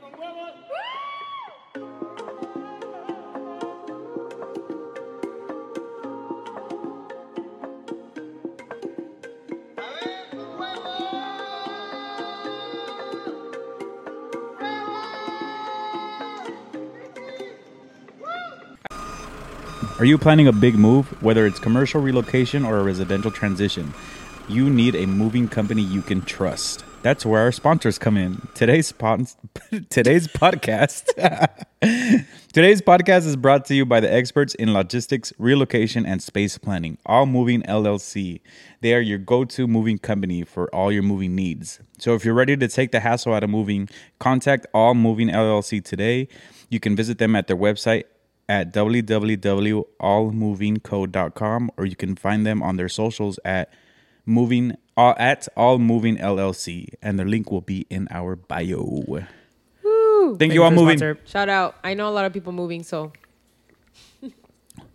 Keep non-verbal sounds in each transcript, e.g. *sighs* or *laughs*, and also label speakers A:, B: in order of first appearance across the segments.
A: con huevos. A ver, con huevos.
B: Are you planning a big move, whether it's commercial relocation or a residential transition? You need a moving company you can trust. That's where our sponsors come in. Today's spon- *laughs* today's podcast Today's podcast is brought to you by the experts in logistics, relocation, and space planning, All Moving LLC. They are your go to moving company for all your moving needs. So if you're ready to take the hassle out of moving, contact All Moving LLC today. You can visit them at their website at www.allmovingco.com or you can find them on their socials at moving all at all moving LLC and the link will be in our bio. Thank, you all
C: for the
B: moving
C: sponsor.
D: Shout out. I know a lot of people moving, so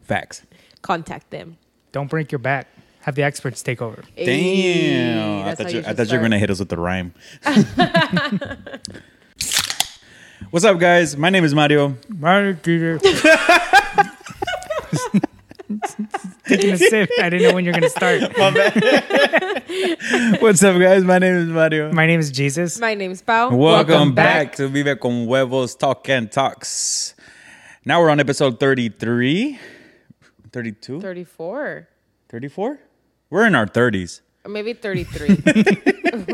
B: facts.
D: contact them.
C: Don't break your back. Have the experts take over.
D: Ayy,
B: Damn. I
D: that's
B: thought,
D: how
B: you, I
D: should
B: thought you were
D: start.
B: going to hit us with the rhyme. What's up, guys? My name is Mario.
C: *laughs* Taking a sip. I didn't know when you're gonna
B: *laughs*
C: start.
B: What's up, guys? My name is Mario.
C: My name is Jesus.
D: My name's Pau.
B: Welcome,
C: Welcome
B: back.
C: back.
B: to Vive Con Huevos Talk and Talks. Now we're on episode 33, 32,
D: 34.
B: 34? We're in our 30s.
D: Or maybe 33.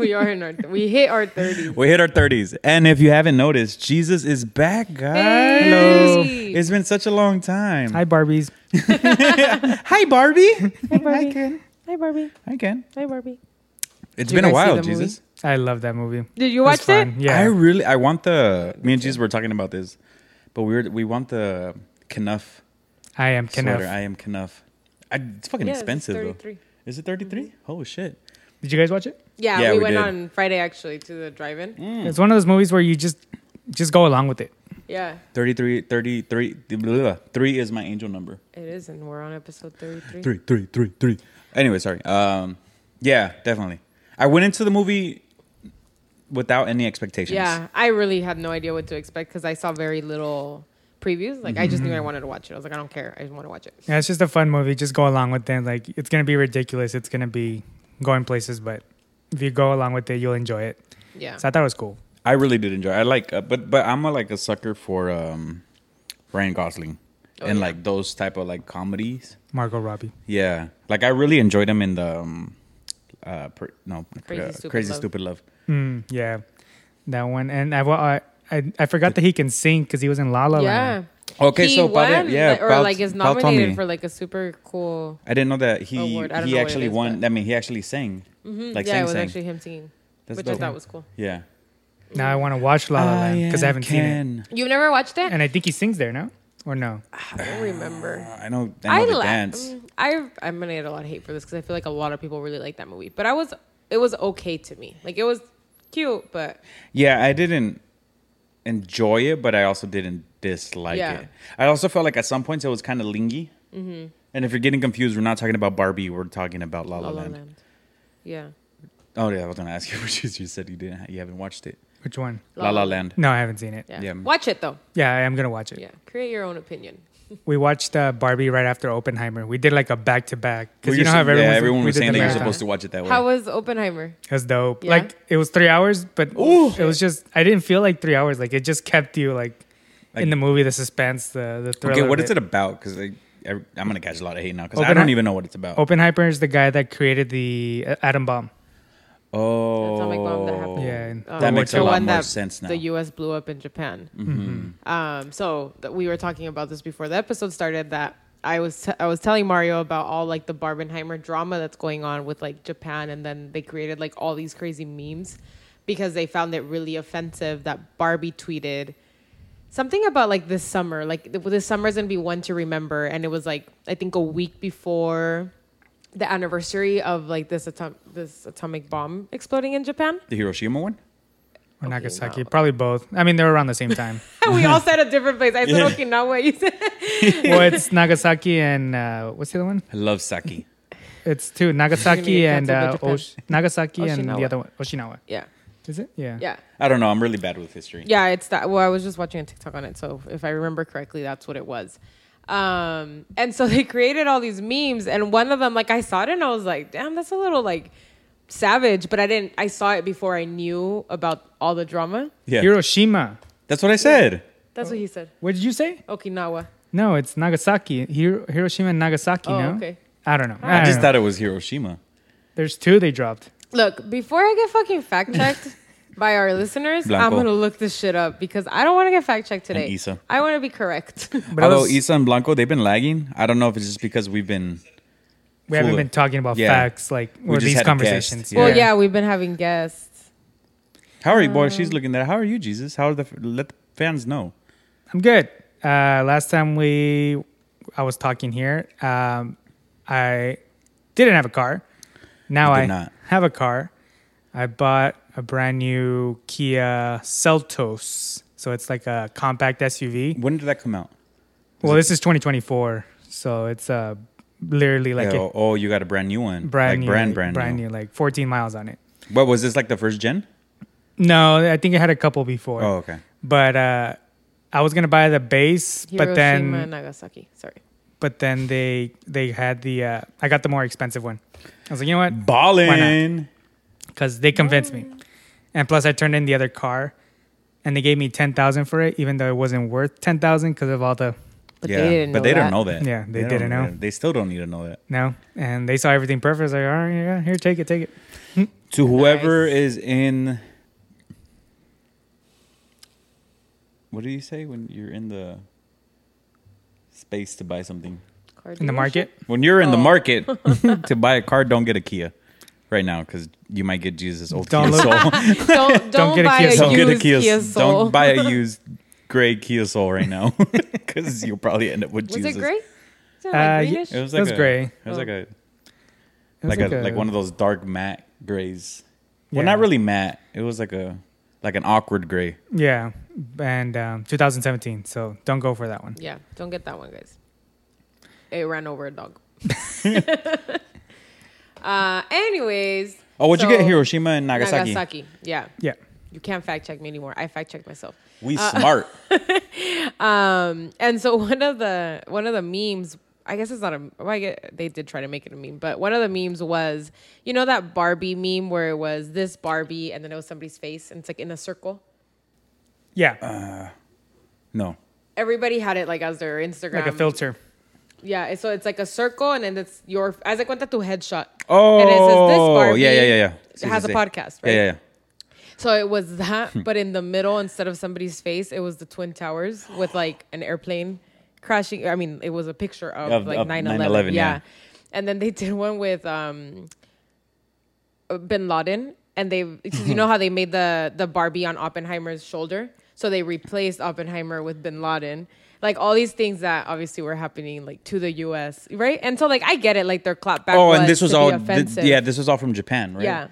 D: *laughs* we are in our, we hit our 30s.
B: We hit our 30s. And if you haven't noticed, Jesus is back, guys.
D: Hello.
B: It's been such a long time.
C: Hi, Barbies.
B: Hi, Barbie.
D: Hi, Barbie. Hi, Barbie.
B: Hi, Ken.
D: Hi, Barbie.
B: It's
D: Did you
B: been a
D: guys see
B: while,
D: the movie?
B: Jesus.
C: I love that movie.
D: Did you
C: It was
D: watch it?
C: fun.
B: I
C: Yeah.
B: really I want the me and Jesus were talking about this, but we were we want the Knuff
C: I, am
B: sweater.
C: Kenneth.
B: I am Knuff. I, it's fucking
D: Yeah, it's Mm-hmm.
B: expensive though.
D: 33.
B: Is it thirty Oh shit!
C: Did you guys watch it?
D: Yeah,
B: Yeah,
D: we,
B: we
D: went
B: did. Mm.
D: on Friday actually to the drive-in.
C: It's one of those movies where you just just go along with it.
D: Yeah,
B: 33, 33, blah, blah, blah. three is my angel number.
D: it is, and we're on episode 33.
B: Three, three, three, three. Anyway, sorry. Um, yeah, definitely. I went into the movie without any expectations.
D: Yeah, I really had no idea what to expect because I saw very little previews. Like I just
B: Mm-hmm.
D: knew I wanted to watch it. I was like, I don't care. I just want to watch it.
C: Yeah, it's just a fun movie. Just go along with it. Like it's gonna be ridiculous. It's gonna be going places, but if you go along with it, you'll enjoy it.
D: Yeah.
C: So I thought it was cool.
B: I really did enjoy. It. I like, uh, but but I'm a, like a sucker for um, Ryan Gosling
D: Oh,
B: and
D: yeah.
B: like those type of like comedies.
C: Margot Robbie.
B: Yeah, like I really enjoyed him in the um, uh, per, no
D: Crazy
B: uh,
D: Stupid
B: crazy
D: Love.
B: stupid love.
C: Mm, yeah, that one. And I wa- I I, I forgot that he can sing because he was in La La
D: Yeah.
C: Land.
B: Okay,
D: He
B: so Paul-
D: won,
B: yeah,
D: like- or
B: Paul-
D: like is
B: Paul told me.
D: nominated for like a super cool.
B: I didn't know that he
D: Award. I don't
B: he
D: know what it
B: actually
D: is,
B: won.
D: but- Mm-hmm.
B: I mean, he actually sang. Like
D: yeah,
B: sang,
D: it was
B: sang.
D: actually him singing,
B: That's
D: which I
B: dope.
D: thought was cool.
B: yeah.
C: Now I want to watch La La Land because I haven't seen it.
D: You've never watched it?
C: And I think he sings there, no? Or no?
D: I don't remember.
B: I know. I know
D: I
B: the
D: la-
B: dance.
D: mm, I I'm gonna get a lot of hate for this because I feel like a lot of people really like that movie, but I was it was okay to me. Like it was cute, but
B: Yeah, I didn't enjoy it, but I also didn't dislike
D: Yeah. Mm-hmm.
B: it. I also felt like at some points it was kind of lingy. And if you're getting confused, we're not talking about Barbie. We're talking about La La,
D: La La
B: Land.
D: Land. Yeah.
B: Oh yeah, I was gonna ask you, *laughs* which is you said you didn't, you haven't watched it.
C: Which one?
B: La La, Land.
C: No, I haven't seen it.
D: Yeah.
B: Yeah.
D: Watch it though.
C: Yeah, I am gonna watch it.
D: Yeah. Create your own opinion.
B: Oh,
C: We watched uh, Barbie right after Oppenheimer. We did like a back to back
B: Well,
C: because you
B: you're
C: know how
B: so- yeah,
C: everyone was,
B: everyone
C: we
B: was
C: did
B: saying that
C: the
B: you're
C: marathon.
B: supposed to watch it that way.
D: How was Oppenheimer?
C: It was dope.
D: Yeah.
C: Like it was three hours, but it was just I didn't feel like three hours. Like it just kept you like,
B: Like-
C: in the movie, the suspense, the the thriller.
B: okay, what
C: of
B: is it about? Because I'm gonna catch a lot of hate now because I
C: Open-
B: don't even know what it's about.
C: Oppenheimer is the guy that created the uh, atom bomb.
B: Oh,
D: Atomic bomb that happened.
C: Yeah,
D: Um,
B: that
C: World
B: makes a
C: War Two.
B: lot
D: one
B: more
D: that
B: sense now. Mm-hmm.
D: The U.S. blew up in Japan. Um, so th- we were talking about this before the episode started. That I was t- I was telling Mario about all like the Barbenheimer drama that's going on with like Japan, and then they created like all these crazy memes because they found it really offensive that Barbie tweeted something about like this summer like th- this summer's gonna be one to remember and it was like i think a week before the anniversary of like this atom- this atomic bomb exploding in japan
B: the Hiroshima one.
C: Or
D: Okay,
C: Nagasaki,
D: no.
C: probably both. I mean, they were around
D: *laughs*
C: the same time.
D: we all said a different place. I said
B: Yeah.
D: Okinawa. You said
C: well, it's Nagasaki and uh, what's the other one?
B: I love Saki.
C: It's two
D: You're gonna
C: Nagasaki
D: get
C: and
D: canceled by
C: uh,
D: Japan.
C: Osh- Nagasaki and
D: Oshinawa.
C: the other one Oshinawa.
D: yeah.
C: Is it? Yeah.
D: Yeah.
B: I don't know. I'm really bad with history.
D: Yeah, it's that. Well, I was just watching a TikTok on it, so if I remember correctly, that's what it was. Um, and so *laughs* they created all these memes, and one of them, like, I saw it and I was like, damn, that's a little like savage, but I didn't. I saw it before I knew about all the drama.
B: Yeah.
C: Hiroshima.
B: That's what I said.
D: That's what he said.
C: What did you say?
D: Okinawa.
C: No, it's Nagasaki. Hir- Hiroshima and Nagasaki.
D: Oh,
C: no?
D: okay. Ah.
C: I don't know.
D: I
B: I just
C: know.
B: thought it was Hiroshima.
C: there's two they dropped.
D: Look, before I get fucking fact checked by our listeners, I'm
B: Blanco.
D: gonna look this shit up because I don't want to get fact checked today.
B: Issa.
D: I want to be correct. *laughs*
C: But I
B: Although
C: was-
B: Isa and Blanco, they've been lagging. I don't know if it's just because we've been.
C: we haven't
B: full of-
C: been talking about
B: Yeah.
C: facts like or
B: just
C: these
B: had a
C: conversations.
B: guest,
D: Well, yeah, we've been having guests.
B: How are you, boy? She's looking there. How are you, Jesus? How are the let the fans know?
C: I'm good. Uh, last time we, I was talking here. Um, I didn't have a car. Now
B: You did
C: I
B: not.
C: have a car. I bought a brand new Kia Seltos, so it's like a compact SUV.
B: When did that come out?
C: Well, this is 2024, so it's uh, literally like
B: Yeah,
C: a
B: oh, oh, you got a brand new one.
C: brand
B: like
C: new,
B: brand brand, new.
C: new, like 14 miles on it.
B: What was this like the first gen?
C: No, I think I had a couple before.
B: Oh, okay.
C: but uh, I was gonna buy the base,
D: Hiroshima
C: but then
D: and Nagasaki. Sorry.
C: but then they they had the uh, I got the more expensive one. I was like, you know
B: Mm.
C: what?
B: Ballin.
C: Because they convinced me, and plus I turned in the other car, and they gave me ten thousand for it, even though it wasn't worth ten thousand because of all the
D: But
B: yeah,
D: they didn't.
B: but
D: know
B: they
D: that.
B: don't know that.
C: Yeah, they
B: don't
C: didn't know.
B: that. They still don't need to know that.
C: no, and they saw everything perfect. I was like, all right, yeah, here, take it, take it.
B: To whoever
D: Nice.
B: is in. What do you say when you're in the space to buy something?
D: Car
C: In the
D: dealership?
C: market,
B: When you're in the
D: Oh.
B: market to buy a car, don't get a Kia right now because you might get Jesus' old
C: Don't
B: Kia
C: look-
B: Soul.
D: *laughs* Don't don't,
C: get *laughs* a
D: buy
C: Kia
D: a,
C: Soul.
B: don't get a
D: used
B: Kia,
D: Kia Soul.
B: Don't buy
D: *laughs*
B: a used gray Kia Soul right now *laughs* because you'll probably end up with
D: Was
B: Jesus.
D: it gray? Is it like
C: Uh, ye-
D: greenish?
B: It was
C: It
B: like
C: was
B: a,
C: gray.
B: It was
D: Oh.
B: like a
C: It was
B: like, a, like one of those dark matte grays. Well,
C: Yeah.
B: not really matte. It was like a like an awkward gray.
C: yeah, and um, 2017. So don't go for that one.
D: Yeah, don't get that one, guys. It ran over a dog. *laughs* uh, anyways.
B: Oh, what'd you get?
D: so-
B: Hiroshima and Nagasaki.
D: Nagasaki. Yeah.
C: Yeah,
D: You can't fact check me anymore. I fact check myself.
B: We
D: uh,
B: smart.
D: Um, and so *laughs* one of the one of the memes, I guess it's not a. Well, I get, they did try to make it a meme, but one of the memes was, you know, that Barbie meme where it was this Barbie and then it was somebody's face and it's like in a circle.
C: yeah,
B: Uh. No.
D: Everybody had it like as their Instagram,
C: like a filter.
D: Yeah, so it's like a circle, and then it's your. As I cuenta tu headshot.
B: Oh,
D: and it says this Barbie.
B: yeah, yeah, yeah, yeah. See,
D: It has a
B: see.
D: podcast,
B: Yeah,
D: right?
B: yeah, yeah.
D: So it was that,
B: Hmm.
D: but in the middle, instead of somebody's face, it was the twin towers with like an airplane crashing. I mean, it was a picture of,
B: Of-
D: like
B: of
D: 9/11.
B: 9/11,
D: Yeah.
B: yeah.
D: and then they did one with um, Bin Laden, and they 'cause you know how they made the the Barbie on Oppenheimer's shoulder, so they replaced Oppenheimer with Bin Laden. Like all these things that obviously were happening like to the U.S. right, and so like I get it, like their clapback.
B: Oh, and this was
D: to be
B: all. th-
D: offensive.
B: yeah, this was all from Japan, right?
D: Yeah.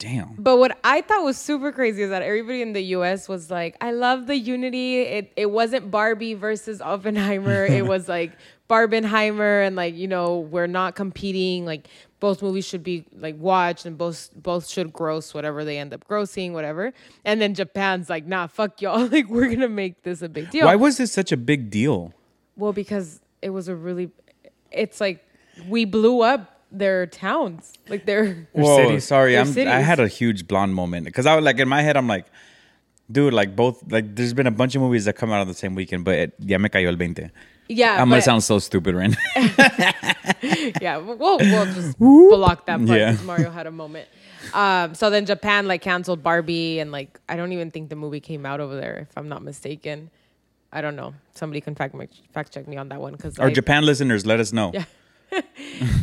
B: Damn.
D: But what I thought was super crazy is that everybody in the US was like, I love the unity. It it wasn't Barbie versus
B: *laughs*
D: Oppenheimer. it was like Barbenheimer and like, you know, we're not competing. Like both movies should be like watched and both both should gross whatever they end up grossing, whatever. And then Japan's like, nah, fuck y'all. *laughs* Like we're gonna make this a big deal.
B: Why was this such a big deal?
D: well, because it was a really it's like we blew up their towns. Like their
B: Whoa,
C: cities.
B: sorry,
D: Their
B: I'm, I
D: cities.
B: had a huge blonde moment because I was like in my head, I'm like, dude, like both, like there's been a bunch of movies that come out on the same weekend, but it, ya me cayó el 20.
D: *laughs* Yeah.
B: I'm gonna
D: but-
B: sound so stupid *laughs* right now.
D: yeah, we'll, we'll just block that part
B: Yeah.
D: because Mario had a moment. Um, so then Japan like canceled Barbie and like I don't even think the movie came out over there if I'm not mistaken. I don't know. Somebody can fact fact check me on that one because
B: Our Japan listeners, let us know.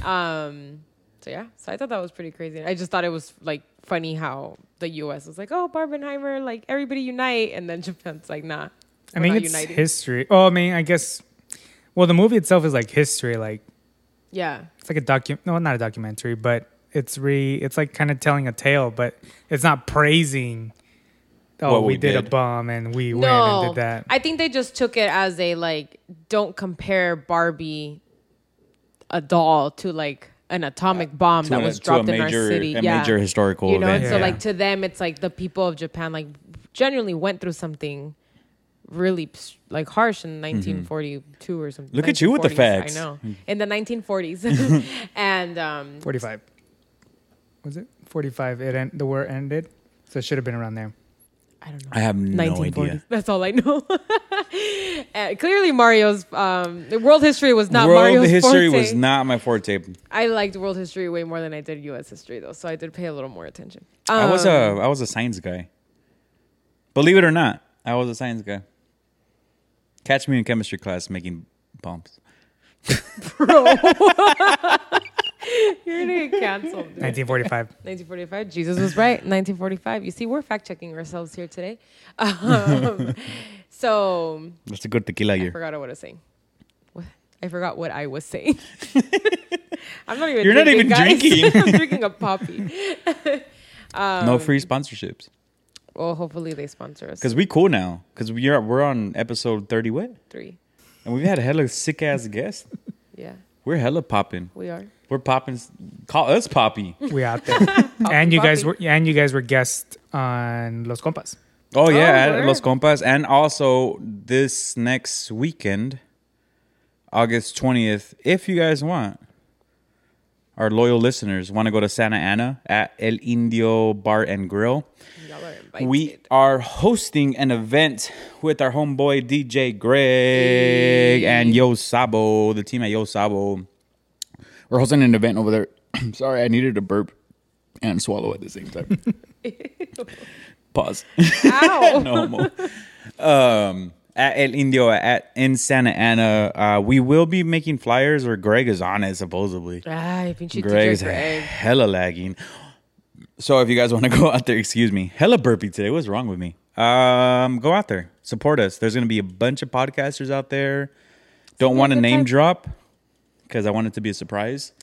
D: So yeah, so I thought that was pretty crazy. I just thought it was like funny how the U.S. was like, oh Barbenheimer, like everybody unite, and then *laughs* Japan's like, nah.
C: I
D: we're
C: mean,
D: not
C: it's
D: uniting.
C: history. Oh, I mean, I guess. Well, the movie itself is like history. Like
D: yeah.
C: it's like a docu. No, not a documentary, but it's re. It's like kind of telling a tale, but it's not praising. Oh,
B: What
C: we,
B: we
C: did, a
B: did.
C: bomb and we went and did that.
D: I think they just took it as a like, don't compare Barbie, a doll, to like an atomic bomb
B: Uh, to
D: that
B: an-
D: was
B: to a
D: dropped in our
B: major-
D: city.
B: a
D: yeah.
B: major historical
D: You know,
B: event.
D: and so
C: Yeah.
D: like to them, it's like the people of Japan like genuinely went through something really like harsh in 1942 or something.
B: Mm-hmm. Look at you with the
D: 1940s,
B: facts.
D: I know. In the 1940s, *laughs* and um,
C: 45. Was it 45? It en- the war ended, so it should have been around there.
D: I don't know.
B: I have no
D: 1940s.
B: idea.
D: That's all I know. *laughs* Uh, clearly, Mario's um, the world history was not
B: World
D: Mario's
B: history
D: forte.
B: was not my forte.
D: I liked world history way more than I did U.S. history, though, so I did pay a little
B: *laughs*
D: more attention. *laughs*
B: I was a
D: Um,
B: I was a science guy. Believe it or not, I was a science guy. Catch me in chemistry class making bombs.
D: You're gonna get canceled. dude.
C: 1945.
D: 1945. Jesus was right. 1945. You see, we're fact checking ourselves here today. *laughs* Um, so
B: That's a good tequila
D: I
B: year.
D: forgot what I was saying. What? I forgot what I
B: *laughs*
D: was saying. *laughs* I'm not even.
B: You're not
D: drinking,
B: even
D: guys. *laughs*
B: drinking.
D: I'm drinking a poppy. Um,
B: no free sponsorships
D: Well, hopefully they sponsor us.
B: because we cool now. Because we're we're on episode thirty what,
D: Three.
B: and we've had hella sick ass guests.
D: Yeah,
B: We're hella popping.
D: we are.
B: We're popping. Call us poppy.
D: *laughs*
C: We out there. and you guys were and you guys were guests on Los Compas.
B: Oh yeah,
D: word.
B: at Los Compas, and also this next weekend, August twentieth, if you guys want, our loyal listeners want to go to Santa Ana at El Indio Bar and Grill.
D: Y'all are invited.
B: We are hosting an event with our homeboy DJ Greg and Yo Sabo, the team at Yo Sabo. *laughs* We're hosting an event over there. *clears throat* Sorry, I needed to burp and swallow at the same time. Pause.
D: Ow.
B: no homo. Um, at El Indio at in Santa Ana, uh, we will be making flyers. Or Greg is on it supposedly.
D: Ay, pinche
B: Greg
D: Greg.
B: is
D: Greg.
B: hella lagging. So if you guys want to *laughs* go out there, excuse me, hella burpy today. What's wrong with me? Um, go out there, support us. There's gonna be a bunch of podcasters out there. Don't want to
D: good
B: name
D: time.
B: drop because I want it to be a surprise.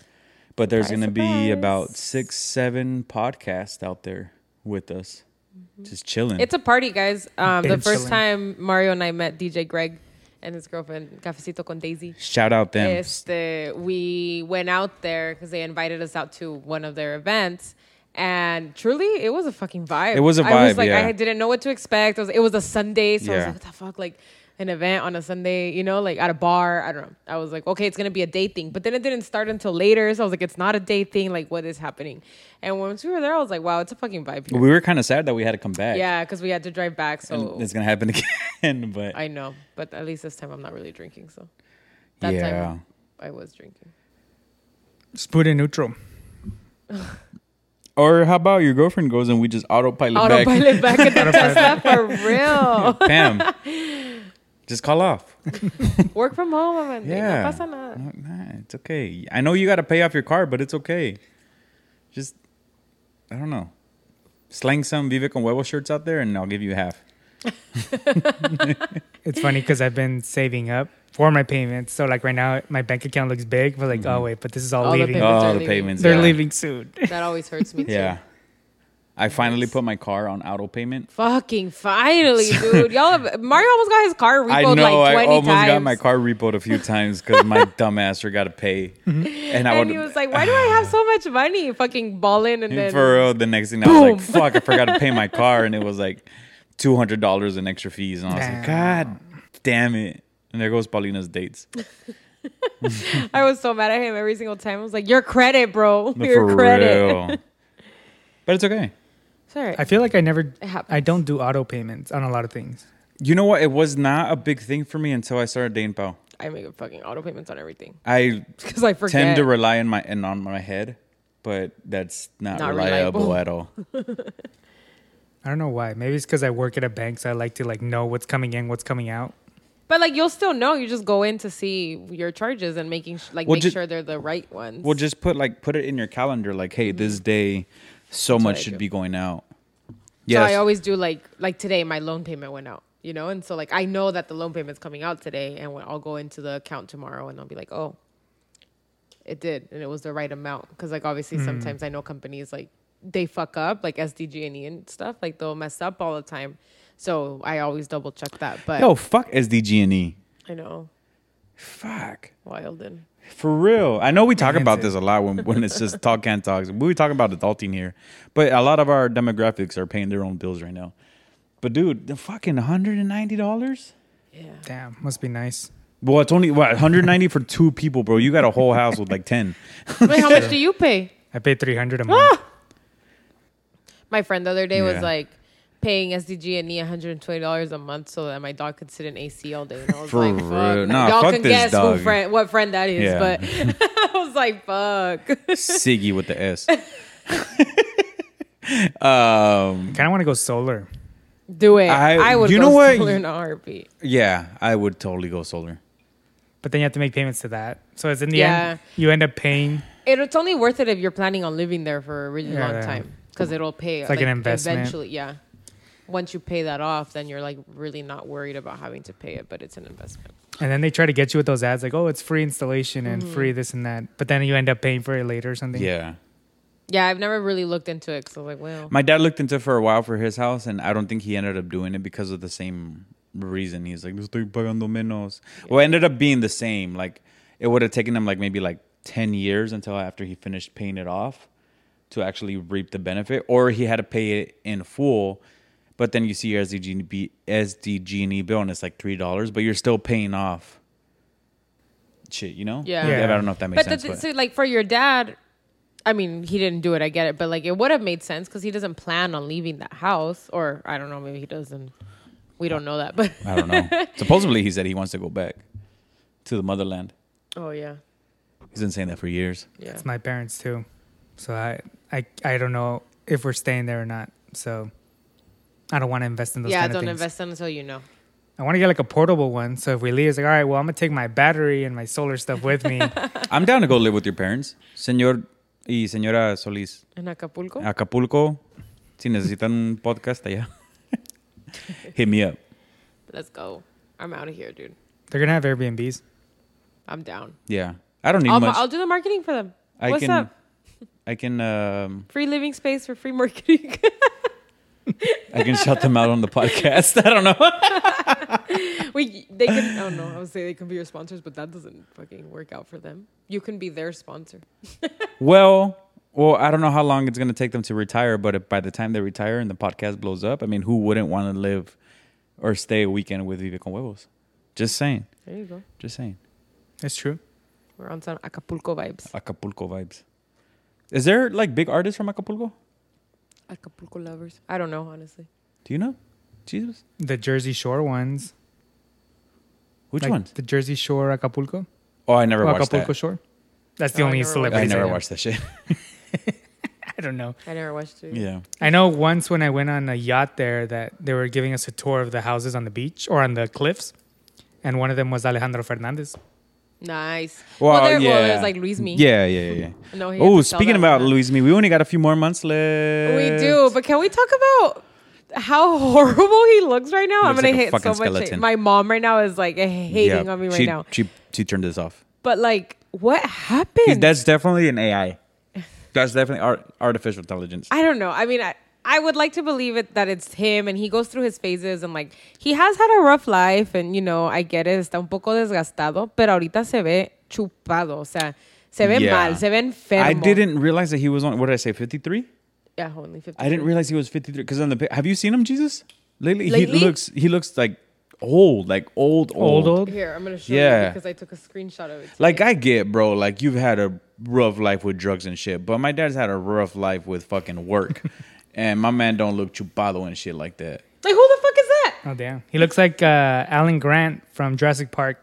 B: But there's
D: Surprise,
B: gonna be
D: surprise.
B: about six, seven podcasts out there with us, just chilling.
D: Mm-hmm. It's a party, guys. Um, the
C: Been
D: first
C: chilling.
D: time Mario and I met DJ Greg and his girlfriend, Cafecito con Daisy.
B: Shout out them.
D: Este, we went out there because they invited us out to one of their events. And truly, it was a fucking vibe.
B: It was a
D: I was
B: vibe,
D: like,
B: yeah.
D: I didn't know what to expect. It was, it was a Sunday, so I was
B: Yeah.
D: like, what the fuck? Like, an event on a Sunday, you know, like at a bar. I don't know. I was like, okay, it's going to be a day thing. But then it didn't start until later. So I was like, it's not a day thing. Like, what is happening? And once we were there, I was like, wow, it's a fucking vibe here.
B: We were kind of sad that we had to come back.
D: Yeah, because we had to drive back. So
B: It's gonna happen *laughs* again, but
D: I know, but at least this time I'm not really drinking. So that
B: Yeah.
D: time I was drinking.
C: Spoon and neutral.
B: or how about your girlfriend goes and we just autopilot,
D: Autopilot back at the
C: Autopilot.
D: Tesla
B: *laughs*
D: for real.
B: back?
D: *laughs*
B: Pam, just call off.
D: Work from home, man.
B: Yeah.
D: No pasa nada.
B: No, nah, it's okay. I know you got to pay off your car, but it's okay. Just I don't know. Slang some Vive con Huevo shirts out there, and I'll give you half.
C: It's funny because I've been saving up for my payments. So like right now, my bank account looks big, but like, oh wait, but this is all
D: All the
C: leaving.
D: payments.
B: oh,
D: are
B: the
D: leaving.
B: payments.
C: They're
B: yeah.
C: leaving soon. *laughs*
D: That always hurts me too.
B: Yeah. I finally put my car on auto payment.
D: Fucking finally, dude. Y'all, have, Mario almost got his car repoed
B: I know
D: like 20
B: I almost
D: times.
B: got my car repoed a few times because
D: *laughs*
B: my dumbasser got to pay, and I
D: Mm-hmm. And
B: would.
D: he was like, why do I have so much money? Fucking balling and then.
B: for real, the next thing I was
D: Boom.
B: like, "Fuck, I forgot to pay my car," and it was like two hundred dollars in extra fees, and I was like, "God damn it!" And there goes Paulina's
D: *laughs*
B: dates.
D: I was so mad at him every single time. I was like, your credit, bro. *laughs*
B: No,
D: your
B: for
D: credit. *laughs*
B: real. But it's okay.
D: It's all right.
C: I feel like I never,
D: happens.
C: I don't do auto payments on a lot of things.
B: You know what? It was not a big thing for me until I started dating Paul.
D: I make fucking auto payments on everything *laughs*
B: I
D: because I forget.
B: tend to rely on my and on my head, but that's not,
D: Not
B: reliable,
D: reliable.
B: at all.
D: *laughs*
C: I don't know why. Maybe it's because I work at a bank, so I like to like know what's coming in, what's coming out.
D: But like you'll still know. You just go in to see your charges and making sh- like
B: Well,
D: make
B: ju-
D: sure they're the right ones.
B: Well, just put like put it in your calendar, like, hey, this day, so much
D: Mm-hmm. I
B: should
D: do.
B: be going out.
D: so
B: Yes.
D: I always do like like today my loan payment went out, you know, and so like I know that the loan payment's coming out today, and when I'll go into the account tomorrow and I'll be like, oh, it did, and it was the right amount because like obviously sometimes I know companies like they fuck up like SDG and E and stuff like they'll mess up all the time, so I always double check that. But
B: Yo, fuck SDG and E.
D: I know
B: Fuck.
D: wild and
B: For real. I know we talk
C: That's
B: about
C: it.
B: this a lot when, when it's just talk can talks. We talk about adulting here, but a lot of our demographics are paying their own bills right now. But dude, the fucking hundred and ninety dollars.
D: Yeah.
C: Damn, must be nice.
B: Well, it's only what 190 for two people, bro. You got a whole house with like 10.
D: Wait, how much do you pay?
C: I pay three hundred a month.
D: *laughs* My friend the other day
B: Yeah.
D: was like paying SDG and me $120 a month so that my dog could sit in AC all day. And I was
B: For
D: like, fuck.
B: real. Nah,
D: Y'all
B: fuck
D: can
B: this
D: guess
B: dog.
D: Who friend, what friend that is,
B: Yeah.
D: but *laughs* I was like, fuck.
B: Siggy with the S. *laughs*
D: Ah!
B: um,
C: Kind of want to go solar.
D: *laughs* Do it.
B: I-
D: I, would
B: you
D: go
B: know what?
D: solar in a heartbeat.
B: yeah, I would totally go solar.
C: But then you have to make payments to that. So it's in the
D: Yeah.
C: end, you end up paying.
D: It, it's only worth it if you're planning on living there for a really
C: Yeah.
D: long time because it'll pay.
C: It's like an investment.
D: Eventually, yeah. Once you pay that off, then you're like really not worried about having to pay it, but it's an investment.
C: And then they try to get you with those ads like, oh, it's free installation and
D: Mm-hmm.
C: free this and that. But then you end up paying for it later or something.
B: Yeah.
D: Yeah, I've never really looked into it because I was like, well,
B: My dad looked into it for a while for his house, and I don't think he ended up doing it because of the same reason. He's like, estoy pagando menos. Well, it ended up being the same. Like, it would have taken him like maybe like 10 years until after he finished paying it off to actually reap the benefit, or he had to pay it in full. But then you see your SDG&E, SDG&E bill, and it's like $3, but you're still paying off shit, you know?
D: Yeah.
B: I don't know if that makes
D: but
B: sense.
D: the,
B: but-
D: so like for your dad, I mean, he didn't do it. I get it, but like it would have made sense because he doesn't plan on leaving that house, or I don't know, maybe he doesn't. We don't know that, but *laughs*
B: I don't know. Supposedly, he said he wants to go back to the motherland.
D: oh yeah,
B: He's been saying that for years.
D: yeah.
C: It's my parents too. So I, I, I don't know if we're staying there or not. So I don't want to invest in those
D: Yeah,
C: kind
D: don't
C: of things.
D: invest in until you know.
C: I want to get like a portable one. So if we leave, it's like, all right, well, I'm going to take my battery and my solar stuff with me.
B: I'm down to go live with your parents, señor y señora Solís.
D: In Acapulco,
B: Acapulco, si necesitan un podcast allá, *laughs* hit me up.
D: let's go. I'm out of here, dude.
C: They're going to have Airbnbs.
D: I'm down.
B: Yeah, I don't need
D: I'll,
B: much.
D: I'll do the marketing for them.
B: I
D: What's
B: can,
D: up?
B: I can, um,
D: Free living space for free marketing. *laughs*
B: I can shout them out on the podcast. *laughs* I don't know.
D: we they can. Oh no, I would say they can be your sponsors, but that doesn't fucking work out for them. You can be their sponsor.
B: Well, well, I don't know how long it's going to take them to retire, but if by the time they retire and the podcast blows up, I mean, who wouldn't want to live or stay a weekend with Vive con Huevos? Just saying.
D: There you go.
B: Just saying.
C: It's true.
D: We're on some Acapulco vibes.
B: Acapulco vibes. Is there like big artists from Acapulco?
D: Acapulco lovers. I don't know, honestly.
B: Do you know? Jesus.
C: The Jersey Shore ones.
B: Which
C: like
B: ones?
C: The Jersey Shore Acapulco.
B: Oh, I never
C: Or
B: watched
C: Acapulco
B: that.
C: Shore. That's the
D: Oh, I
C: only
D: never watched
C: celebrity.
B: I never
C: know.
B: watched that
C: *laughs*
B: shit.
C: I don't know.
D: I never watched it.
B: yeah.
C: I know once when I went on a yacht there that they were giving us a tour of the houses on the beach or on the cliffs, and one of them was Alejandro Fernandez.
D: Nice. Well, there, well, there's like Luis Me.
B: Yeah, yeah, yeah. yeah.
D: *laughs* No, he had
B: oh,
D: to sell
B: speaking
D: that
B: about
D: one.
B: Luis Me, we only got a few more months left.
D: We do, but can we talk about how *laughs* horrible he looks right now? I'm
B: looks
D: gonna
B: like a
D: hate so
B: fucking
D: much. hate.
B: skeleton.
D: My mom right now is like hating
B: Yeah,
D: on me right
B: she,
D: now.
B: She she turned this off.
D: But like, what happened?
B: Is- That's definitely an
D: *laughs*
B: AI. That's definitely art, artificial intelligence.
D: I don't know. I mean, I, I would like to believe it that it's him and he goes through his phases and like he has had a rough life and you know, I get it, está un poco desgastado, pero ahorita se ve chupado, o sea, se ve
B: Yeah.
D: mal, se ve enfermo.
B: I didn't realize that he was on. What did I say? Fifty three.
D: Yeah, only 50.
B: I didn't realize he was fifty three. Because on the pic- have you seen him, Jesus? Lately,
D: Lately?
B: he looks he looks like old, like old, old,
C: Old old.
D: Here, I'm going to show
B: Yeah.
D: you because I took a screenshot of it.
B: Like
D: today.
B: I get, bro. Like you've had a rough life with drugs and shit, but my dad's had a rough life with fucking
C: *laughs*
B: work, and my man don't look chupado and shit like that.
D: Like who the fuck is that?
C: Oh damn, he looks like uh, Alan Grant from Jurassic Park.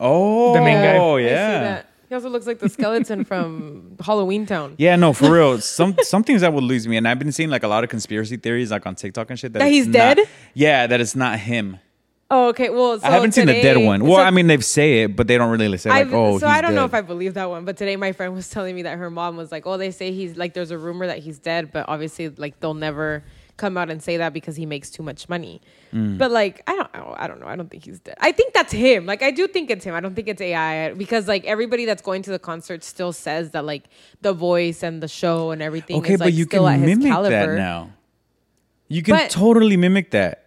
B: Oh,
C: main guy.
B: Oh
D: I see
B: yeah,
D: that. He also looks like
B: *laughs*
D: the skeleton from Halloween Town.
B: yeah. No, for
D: *laughs*
B: real. Some some things that would lose me, and I've been seeing like a lot of conspiracy theories like on TikTok and shit.
D: That
B: it's
D: he's
B: not-
D: dead?
B: Yeah, that it's not him.
D: Oh, okay. Well, so
B: I haven't seen the dead
D: today-
B: one. Well,
D: so
B: I mean, they say it, but they don't really say like,
D: I've-
B: oh,
D: so
B: he's
D: I don't know
B: dead.
D: if I believe that one, but today my friend was *laughs* telling me that her mom was like, "Oh, they say he's like there's a rumor that he's dead, but obviously like they'll never come out and say that because he makes too much money."
B: Mm.
D: But like I don't know, I don't know. I don't think he's dead. I think that's him. Like I do think it's him. I don't think it's AI because like everybody that's going to the concert still says that like the voice and the show and everything
B: Okay,
D: is
B: but
D: like
B: you
D: still
B: can
D: at his
B: mimic
D: caliber.
B: that now. You can
D: But-
B: totally mimic that.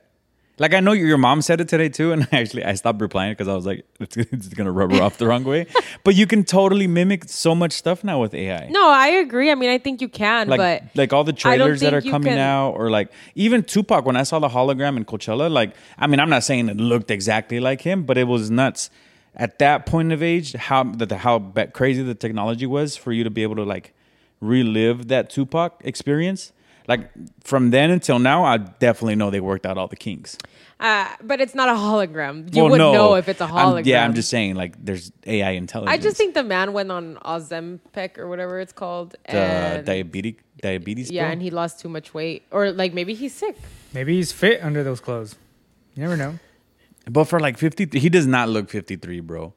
B: Like I know your your mom said it today too, and *laughs* I actually I stopped replying because I was like, *laughs* it's, it's gonna rub her off the wrong
D: *laughs*
B: way. But you can totally mimic so much stuff now with AI.
D: No, I agree. I mean, I think you can,
B: like
D: but
B: like all the
D: I don't
B: trailers that
D: think
B: are
D: you
B: coming
D: can-
B: out, or like even Tupac. When I saw the hologram in Coachella, like I mean, I'm not saying it looked exactly like him, but it was nuts at that point of age. How that the, how ba- crazy the technology was for you to be able to like relive that Tupac experience. Like from then until now, I definitely know they worked out all the kinks.
D: Uh, but it's not a hologram. You
B: Well,
D: would
B: no.
D: know if it's a hologram.
B: I'm- yeah, I'm just saying, like, there's AI intelligence.
D: I just think the man went on Ozempic or whatever it's called,
B: the
D: and
B: diabetic diabetes.
D: yeah,
B: pill?
D: and he lost too much weight, or like maybe he's sick.
C: Maybe he's fit under those clothes. You never know.
B: but for like 50, he does not look 53, bro.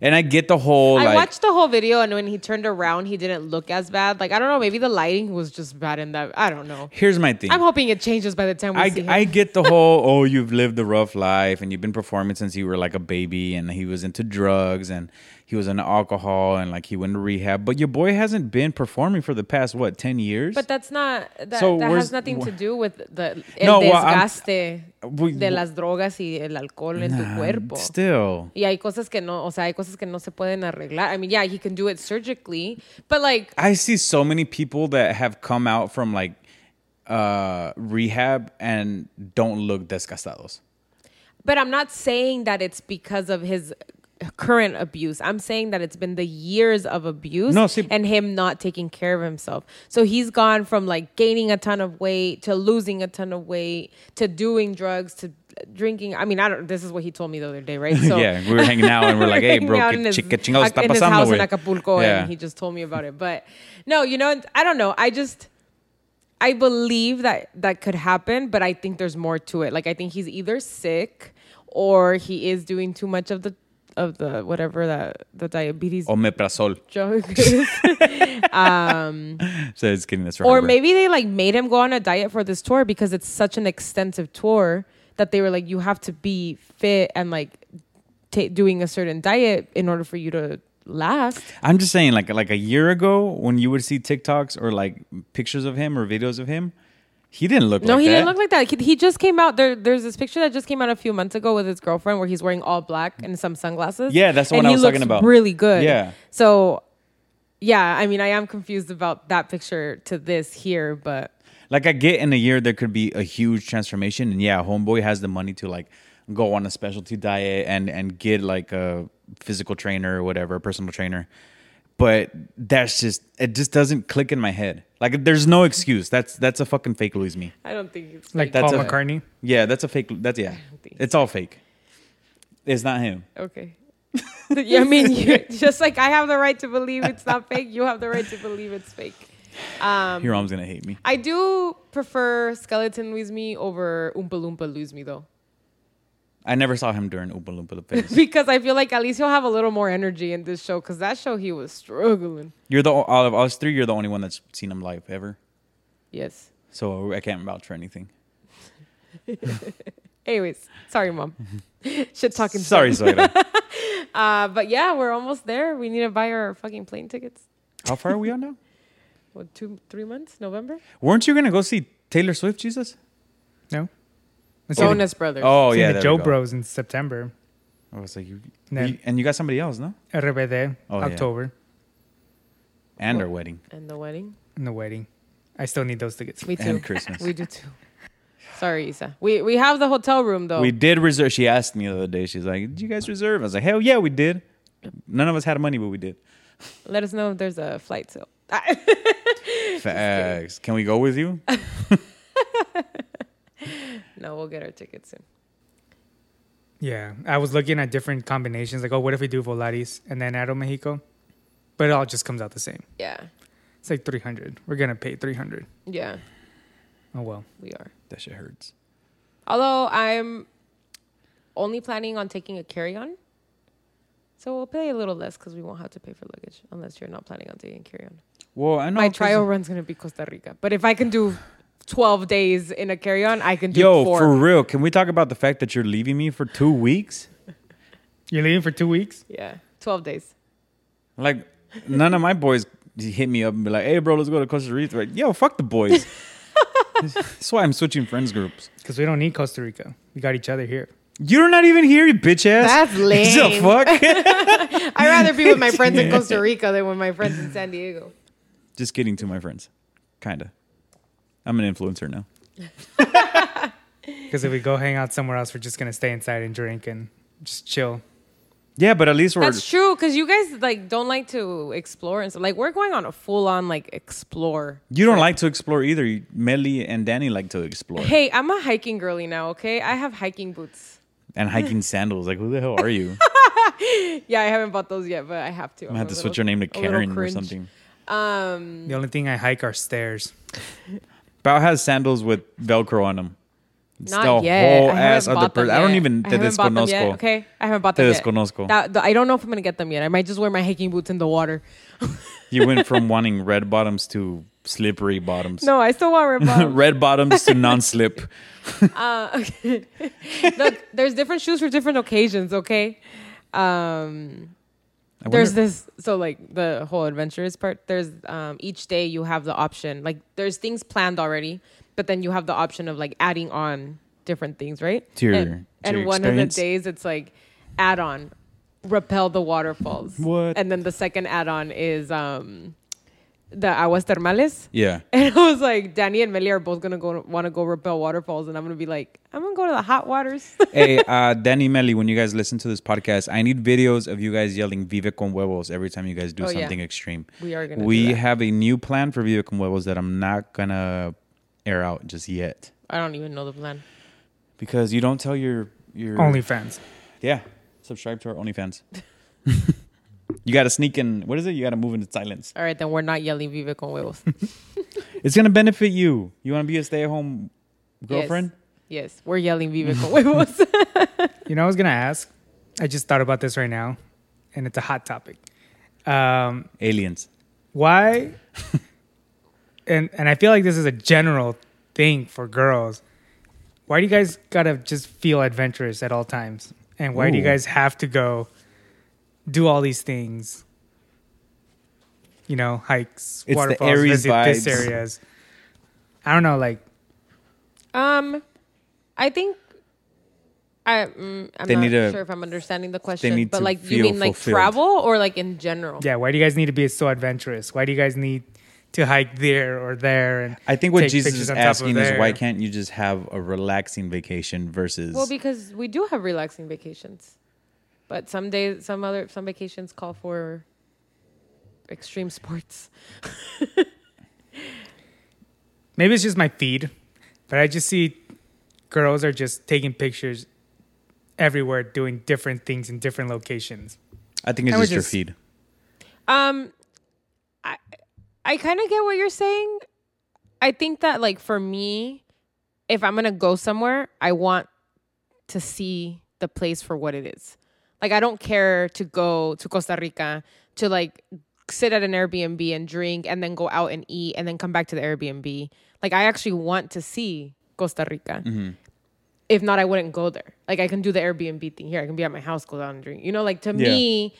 B: And I get the whole
D: I
B: like,
D: watched the whole video, and when he turned around, he didn't look as bad. Like I don't know, maybe the lighting was just bad in that. I don't know.
B: here's my thing.
D: I'm hoping it changes by the time we see
B: I,
D: him.
B: I get the
D: *laughs*
B: whole oh you've lived a rough life and you've been performing since you were like a baby and he was into drugs and he was into alcohol and like he went to rehab but your boy hasn't been performing for the past what 10 years
D: but that's not that,
B: So
D: that
B: where's-
D: has nothing to
B: wh-
D: do with the el
B: No, well, I'm-
D: desgaste
B: We-
D: de las drogas y el alcohol en tu
B: Nah,
D: cuerpo.
B: Mm, still
D: Y hay cosas que no, o sea, hay cosas que no se pueden arreglar. I mean, yeah, he can do it surgically, but like,
B: I see so many people that have come out from like uh rehab and don't look desgastados.
D: but I'm not saying that it's because of his current abuse. I'm saying that it's been the years of abuse
B: No, see-
D: and him not taking care of himself. So he's gone from like gaining a ton of weight to losing a ton of weight to doing drugs to drinking. I mean, I don't. This is what he told me the other day,
B: *laughs*
D: right? So
B: yeah, we were hanging out and we're like,
D: *laughs*
B: "Hey, bro,
D: hanging out
B: que
D: in his-
B: chica chingados está
D: in his
B: pasando,
D: house
B: güey?"
D: in Acapulco,
B: Yeah.
D: and he just told me about it. But no, you know, I don't know. I just I believe that that could happen, but I think there's more to it. Like I think he's either sick or he is doing too much of the of the whatever that the diabetes
B: Oh, Omeprazole. *laughs*
D: *laughs* drug is.
B: So it's kidding. That's right.
D: or maybe they like made him go on a diet for this tour because it's such an extensive tour that they were like you have to be fit and like ta doing a certain diet in order for you to last.
B: I'm just saying, like like a year ago, when you would see TikToks or like pictures of him or videos of him, he didn't look.
D: No,
B: like
D: he
B: that.
D: didn't look like that. He, he just came out. There, there's this picture that just came out a few months ago with his girlfriend, where he's wearing all black and some sunglasses.
B: Yeah, that's the
D: and
B: one I
D: he
B: was
D: looks
B: talking about.
D: Really good.
B: Yeah.
D: So, yeah, I mean, I am confused about that picture to this here, but
B: Like I get in a year there could be a huge transformation, and yeah, homeboy has the money to like go on a specialty diet and and get like a physical trainer or whatever, personal trainer. But that's just it. Just doesn't click in my head. Like there's no excuse. That's that's a fucking fake lose me.
D: I don't think it's
C: Like
D: like,
B: That's
C: Paul
B: a-
C: McCartney.
B: Yeah, that's a fake. That's yeah.
D: think
B: It's all fake. It's not him.
D: okay. *laughs* yeah, I mean, *laughs* you, just like I have the right to believe it's
B: *laughs*
D: not fake, you have the right to believe it's fake. Um,
B: Your mom's gonna hate me.
D: I do prefer Skeleton Lose Me over Oompa Loompa Lose Me though. *laughs*
B: I never saw him during Oompa Loompa Loompas.
D: because I feel like at least he'll have a little more energy in this show. Because that show he was struggling.
B: *laughs* You're the o- out of us three. You're the only one that's seen him live ever.
D: Yes.
B: So I can't vouch for anything.
D: Anyways,
B: *laughs*
D: sorry, mom. Shit talking.
B: Sorry,
D: shit.
B: Zoila.
D: Uh, but yeah, we're almost there. We need to buy our fucking plane tickets.
B: How far are we on now?
D: What two, three months? November.
B: Weren't you gonna go see Taylor Swift, Jesus?
C: No. It's in-
D: Jonas Brothers.
B: Oh
C: it's in
B: yeah,
C: the
B: there
C: Joe
B: we go.
C: Bros in September.
B: I was like, you,
C: No.
B: you- and you got somebody else, no?
C: RBD
B: Oh, yeah.
C: October
B: And our
D: Well,
B: wedding
D: And the wedding.
C: and the wedding. I still need those tickets.
D: Me too.
B: and Christmas.
D: We
B: *laughs*
D: do too. Sorry, Isa. We we have the hotel room though.
B: We did reserve. She asked me the other day. She's like, "Did you guys reserve?" I was like, "Hell yeah, we did." None of us had money, but we did.
D: Let us know if there's a flight
B: *laughs*
D: sale.
B: Facts. Can we go with you?
D: no, we'll get our tickets soon.
C: Yeah, I was looking at different combinations. Like, oh, what if we do Volaris and then Aero Mexico? But it all just comes out the same.
D: Yeah.
C: It's like three hundred. We're gonna pay three hundred.
D: Yeah.
C: Oh well.
D: We are.
B: that shit hurts.
D: Although I'm only planning on taking a carry-on. So we'll pay a little less because we won't have to pay for luggage unless you're not planning on taking carry-on.
B: Well, I know
D: My
B: 'cause-
D: trial run's gonna be Costa Rica. But if I can do 12 days in a carry-on, I can do
B: Yo,
D: four.
B: for real, can we talk about the fact that you're leaving me for two weeks?
C: You're leaving for two weeks?
D: yeah. 12 days.
B: Like
D: *laughs*
B: none of my boys hit me up and be like, "Hey, bro, let's go to Costa Rica." Like, yo, fuck the boys. That's why I'm switching friends groups.
C: because we don't need Costa Rica. We got each other here.
B: You're not even here, you bitch *laughs* ass.
D: That's *laughs* lame.
B: The fuck?
D: *laughs* I'd rather be *laughs* with my friends in Costa Rica than with my friends in San Diego.
B: Just kidding to my friends. Kinda. I'm an influencer now.
C: Because if we go hang out somewhere else, we're just gonna stay inside and drink and just chill.
B: Yeah, but at least we're
D: That's true, because you guys like don't like to explore and stuff. Like we're going on a full on like explore.
B: you don't like to explore either. You- Melly and Danny like to explore.
D: Hey, I'm a hiking girly now. Okay, I have hiking boots.
B: And hiking sandals. Like who the hell are
D: *laughs*
B: you?
D: Yeah, I haven't bought those yet, but I have to.
B: I have to switch your name to Karen or something.
D: Um,
C: The only thing I hike are stairs.
B: Bao has sandals with Velcro on them. It's
D: not
B: the
D: yet.
B: whole
D: I haven't
B: ass of the
D: bought them
B: person. I don't
D: yet.
B: even
D: I
B: te
D: haven't bought them yet,
B: desconozco.
D: Okay, I haven't bought
B: Te
D: them yet.
B: desconozco.
D: That- th- I don't know if I'm gonna get them yet. I might just wear my hiking boots in the water.
B: You went from wanting red bottoms to slippery bottoms. *laughs*
D: No, um, I still want red bottoms.
B: red bottoms to
D: *laughs*
B: non-slip.
D: Look, there's different shoes for different occasions. Okay. Um,
B: I
D: there's
B: wonder-
D: this so like the whole adventurous part there's um each day you have the option like there's things planned already but then you have the option of like adding on different things right
B: To your-
D: and,
B: to
D: and
B: your
D: one
B: experience?
D: of the days it's like add on repel the waterfalls
B: What?
D: and then the second add on is um the aguas termales *laughs*
B: yeah.
D: and I was like, Danny and Melly are both gonna go want to go repel waterfalls, and I'm gonna be like, I'm gonna go to the hot waters. *laughs*
B: hey, uh, Danny Melly, when you guys listen to this podcast, I need videos of you guys yelling "Vive con huevos" every time you guys do
D: Oh, yeah.
B: something extreme.
D: We are gonna do
B: We
D: that.
B: have a new plan for "Vive con huevos" that I'm not gonna air out just yet
D: I don't even know the plan.
B: because you don't tell your your
C: OnlyFans.
B: yeah. Subscribe to our OnlyFans. *laughs* you got to sneak in. What is it? You got to move into silence.
D: All right, then we're not yelling Vive con huevos.
B: It's gonna benefit you. You want to be a stay-at-home girlfriend?
D: Yes, yes. we're yelling Vive con huevos.
C: You know, I was gonna ask. I just thought about this right now, and it's a hot topic. Um,
B: Aliens.
C: why?
B: *laughs*
C: and and I feel like this is a general thing for girls. Why do you guys gotta just feel adventurous at all times? And why do you
B: Ooh.
C: guys have to go do all these things? You know, hikes,
B: the
C: waterfalls,
B: Aries
C: visit this
B: vibes.
C: areas. I don't know, like
D: um, I think I mm, I'm
B: They
D: not
B: need to-
D: sure if I'm understanding the question,
B: need
D: but
B: to
D: like you
B: feel
D: mean like
B: fulfilled.
D: travel or like in general?
C: yeah, why do you guys need to be so adventurous? Why do you guys need to hike there or there? And
B: I think what
C: take
B: Jesus
C: pictures
B: is
C: on top of
B: asking is why
C: there?
B: can't you just have a relaxing vacation versus
D: Well, because we do have relaxing vacations, but some days, some other, some vacations call for extreme sports.
C: maybe it's just my feed, but I just see girls are just taking pictures everywhere, doing different things in different locations.
B: I think it's
C: I would
B: just, your
C: just-
B: feed.
D: Um, I I kind of get what you're saying. I think that like for me, if I'm gonna go somewhere, I want to see the place for what it is. Like I don't care to go to Costa Rica to like sit at an Airbnb and drink and then go out and eat and then come back to the Airbnb. Like I actually want to see Costa Rica. If not, I wouldn't go there. Like I can do the Airbnb thing here. I can be at my house, go down and drink. You know, like to
B: Yeah.
D: me,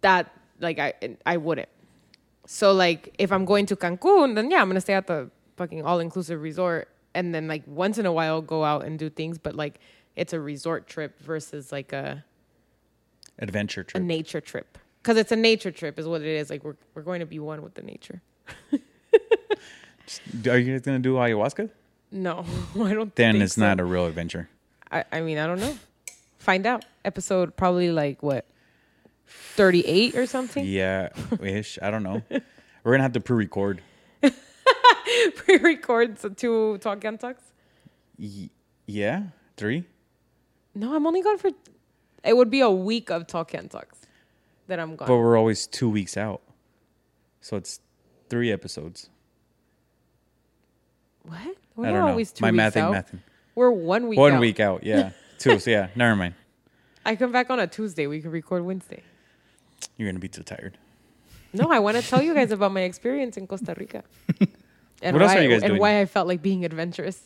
D: that like I I wouldn't. So like if I'm going to Cancun, then yeah, I'm gonna stay at the fucking all inclusive resort and then like once in a while go out and do things, but like it's a resort trip versus like a,
B: Adventure
D: a
B: trip.
D: nature trip. Cause it's a nature trip is what it is. Like we're we're going to be one with the nature.
B: Are you guys gonna do ayahuasca?
D: No, *laughs* I don't
B: Then
D: think
B: it's not
D: so.
B: a real adventure.
D: I, I mean, I don't know. Find out. Episode probably like what? Thirty eight or something? *laughs*
B: Yeah, ish. I don't know. We're gonna have to pre-record.
D: Pre record two talk and talks.
B: Y- yeah, three.
D: No, I'm only gone for. It would be a week of talk and talks that I'm gone.
B: But we're always two weeks out, so it's three episodes.
D: what? We're
B: I don't
D: not
B: know.
D: always two
B: My
D: weeks
B: math ain't
D: out.
B: nothing.
D: We're one week.
B: One
D: out.
B: week out.
D: *laughs*
B: Yeah, two. So yeah, never mind.
D: I come back on a Tuesday. We can record Wednesday.
B: You're gonna be too tired.
D: No, I want to tell you guys about my experience in Costa Rica.
B: *laughs*
D: And
B: What else
D: why,
B: are you guys
D: And
B: doing?
D: why I felt like being adventurous.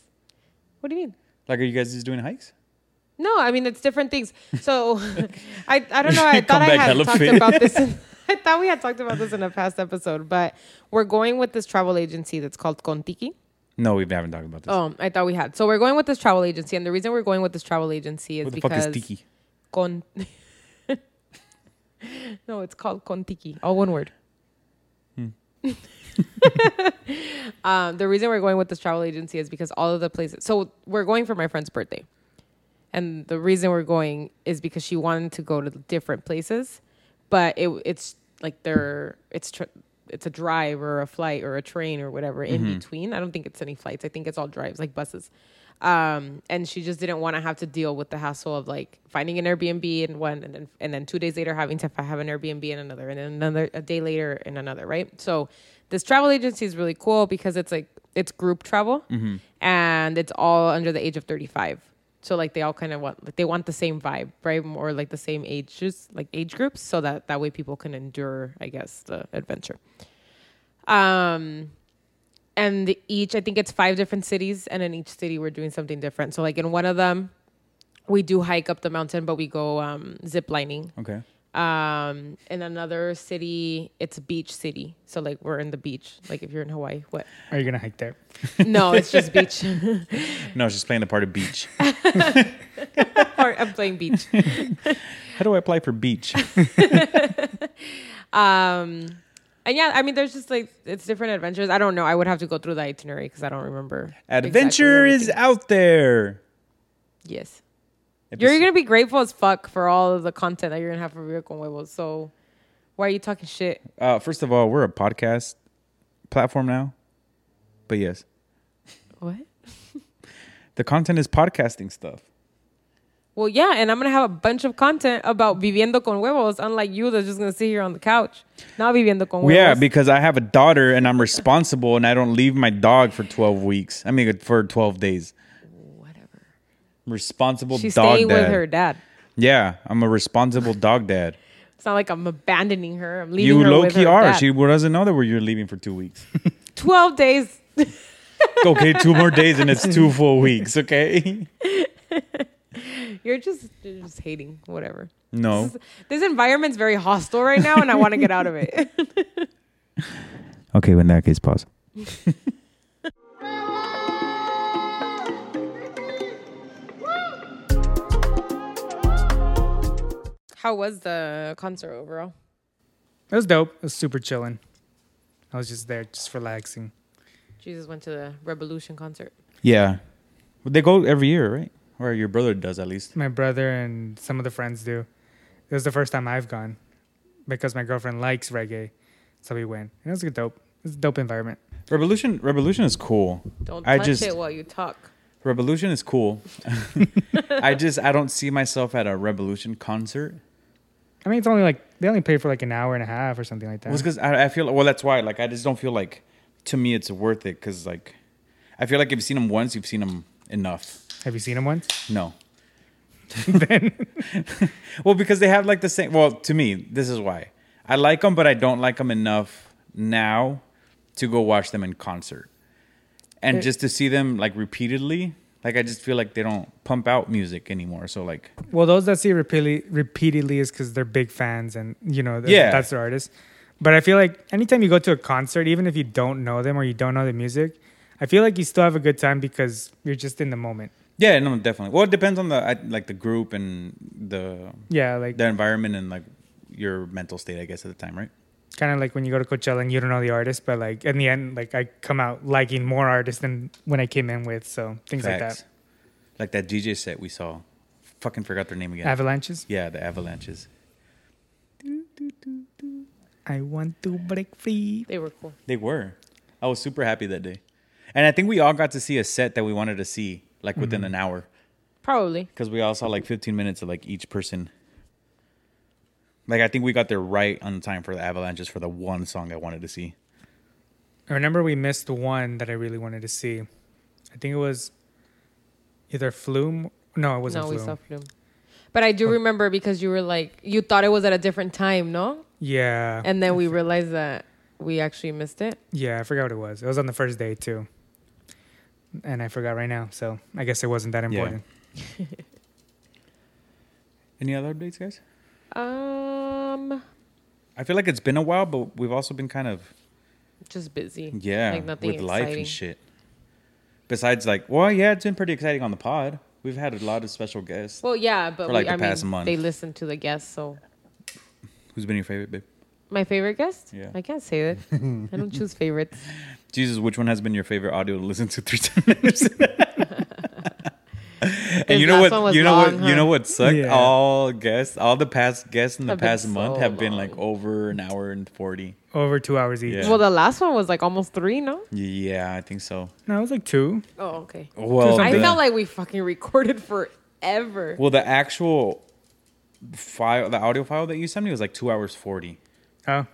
D: What do you mean?
B: Like, are you guys just doing hikes?
D: Oh, No, I mean it's different things. So *laughs* I I don't know.
B: *laughs*
D: I
B: Come
D: thought I
B: back
D: had
B: hella
D: talked
B: fit. *laughs*
D: about this. In, *laughs* I thought we had talked about this in a past episode, but we're going with this travel agency that's called Contiki.
B: No, we haven't talked about this.
D: Oh, I thought we had. So we're going with this travel agency, and the reason we're going with this travel agency is
B: Who the fuck
D: because
B: is Tiki?
D: con. *laughs* no, it's called Contiki. All one word. *laughs* um, the reason we're going with this travel agency is because all of the places. So we're going for my friend's birthday, and the reason we're going is because she wanted to go to different places, but it, it's like they're it's tr- it's a drive or a flight or a train or whatever in between. I don't think it's any flights. I think it's all drives like buses. Um, and she just didn't want to have to deal with the hassle of like finding an Airbnb and one, and then and then two days later having to have an Airbnb in another, and then another a day later in another. Right. So this travel agency is really cool because it's like it's group travel, and it's all under the age of thirty five. So like they all kind of want like they want the same vibe, right? Or like the same ages, like age groups, so that that way people can endure, I guess, the adventure. Um, and the- each I think it's five different cities, and in each city we're doing something different. So like in one of them, we do hike up the mountain, but we go um, zip lining.
B: Okay.
D: Um, in another city, it's beach city. So like we're in the beach. Like if you're in Hawaii, what?
C: Are you gonna hike there?
D: No, it's just beach. *laughs*
B: No, she's playing the part of beach.
D: Or I'm playing beach.
B: How do I apply for beach?
D: Um, and yeah, I mean, there's just like it's different adventures. I don't know. I would have to go through the itinerary because I don't remember. exactly
B: Adventure is
D: everything.
B: out there.
D: yes.
B: If
D: You're
B: it's-
D: gonna be grateful as fuck for all of the content that you're gonna have for Rio Con Huevos. So why are you talking shit?
B: uh, first of all, we're a podcast platform now. But yes,
D: What?
B: the content is podcasting stuff.
D: Well, yeah, and I'm gonna have a bunch of content about viviendo con huevos. Unlike you, that's just gonna sit here on the couch, not viviendo con huevos.
B: Yeah, because I have a daughter and I'm responsible and I don't leave my dog for 12 weeks. I mean, for 12 days.
D: whatever.
B: Responsible
D: She's
B: dog
D: staying
B: dad.
D: with her dad.
B: Yeah, I'm a responsible dog
D: *laughs*
B: dad.
D: It's not like I'm abandoning her. I'm leaving
B: You
D: her
B: low
D: with
B: key
D: her
B: are.
D: dad.
B: She doesn't know that we're, you're leaving for two weeks.
D: Twelve days.
B: okay, two more days and it's two full weeks, okay? *laughs*
D: You're just you're just hating. Whatever.
B: No.
D: This, is- this environment's very hostile right now, and I want to get out of it.
B: Okay, in that case, pause.
D: How was the concert overall?
C: It was dope. It was super chilling. I was just there, just relaxing.
D: Jesus went to the Revolution concert.
B: Yeah. Well, they go every year, right? Or your brother does at least.
C: My brother and some of the friends do. It was the first time I've gone because my girlfriend likes reggae, so we went. And it was dope. It's a dope environment.
B: Revolution Revolution is cool.
D: Don't
B: I
D: touch
B: just-
D: it while you talk.
B: Revolution is
D: *laughs*
B: cool. I just I don't see myself at a Revolution concert.
C: I mean, it's only like they only pay for like an hour and a half or something like that.
B: Well, it's because I, I feel well. That's why. Like I just don't feel like to me it's worth it. Because like I feel like if you've seen them once, you've seen them enough.
C: Have you seen him once?
B: No. *laughs* well, because they have like the same. Well, to me, this is why I like them, but I don't like them enough now to go watch them in concert, and just to see them like repeatedly. Like I just feel like they don't pump out music anymore. So like,
C: Well, those that see it repeatedly, repeatedly is because they're big fans and, you know, th-
B: Yeah.
C: that's their artist. But I feel like anytime you go to a concert, even if you don't know them or you don't know the music, I feel like you still have a good time because you're just in the moment.
B: yeah, no, definitely. Well, it depends on the I- like the group and the
C: Yeah, like
B: the environment and like your mental state, I guess, at the time, right?
C: kind of like when you go to Coachella and you don't know the artist, but like in the end, like I come out liking more artists than when I came in with. So things
B: Facts. Like that DJ set we saw. Fucking forgot their name
C: like
B: again.
C: that. Avalanches.
B: yeah, the Avalanches.
C: I want to break free.
D: They were cool.
B: They were. I was super happy that day. And I think we all got to see a set that we wanted to see like within an hour
D: Probably.
B: because we all saw like 15 minutes of like each person. Like I think we got there right on time for the Avalanches for the one song I wanted to see.
C: I remember we missed one that I really wanted to see. I think it was either Flume. No, it wasn't
D: no, we
C: Flume.
D: saw Flume. But I
B: Oh.
D: do remember because you were like, you thought it was at a different time,
B: Oh,
D: no?
C: Yeah.
D: And then we realized that we actually missed it.
C: yeah, I forgot what it was. It was on the first day too. And I forgot right now. So I guess it wasn't that
B: Yeah.
C: important.
B: Any other updates, guys?
D: Um,
B: I feel like it's been a while, but we've also been kind of
D: just busy.
B: yeah
D: Like nothing
B: with life
D: exciting.
B: and shit. Besides, like, well, yeah, it's been pretty exciting on the pod. We've had a lot of special guests.
D: Well, yeah, but
B: For, like,
D: we,
B: the
D: I
B: past
D: mean,
B: month.
D: they listen to the guests. So
B: Who's been your favorite, babe?
D: my favorite guest?
B: Yeah.
D: I can't say
B: *laughs*
D: it. I don't choose favorites.
B: Jesus, which one has been your favorite audio to listen to three *laughs* times? and
D: His
B: you know
D: last
B: what?
D: one was
B: you know
D: long,
B: what? You
D: huh?
B: know what sucked?
C: Yeah.
B: All guests, all the past guests in the
D: Have been
B: past month
D: so
B: have been like
D: long.
B: over an hour and forty.
C: Over two hours each.
B: Yeah.
D: Well, the last one was like almost three, no?
B: Yeah, I think so.
C: No, it was like two.
D: Oh, okay.
B: Well,
D: I
B: the,
D: felt like we fucking recorded forever.
B: well, the actual file, the audio file that you sent me was like two hours forty
C: Oh, I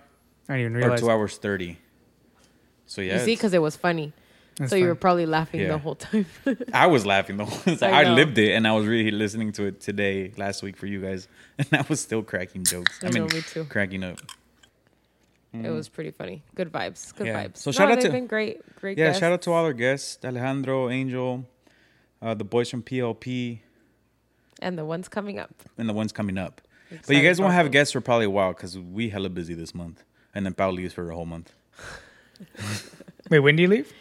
C: didn't
B: or
C: even realize.
B: two hours thirty. So yeah,
D: you see,
B: it's-
D: because it was funny.
C: That's
D: so you were
C: fun.
D: probably laughing
B: Yeah. Mm.
D: the whole time. *laughs*
B: I was *laughs* laughing though. It's like,
D: I
B: I,
D: know.
B: lived it, and I was really listening to it today, last week for you guys, *laughs* and I was still cracking jokes.
D: I know, me too.
B: cracking up.
D: It was pretty funny. Good vibes. Good
B: Yeah.
D: vibes.
B: So shout out
D: they've
B: to-
D: been great. Great.
B: Yeah,
D: guests.
B: shout out to all our guests: Alejandro, Angel, uh, the boys from PLP,
D: and the ones coming up.
B: and the ones coming up. but you
D: Excited
B: guys won't
D: about
B: have
D: them.
B: guests for probably a while because we hella busy this month, and then Paul leaves for a whole month.
C: Wait, when do you leave?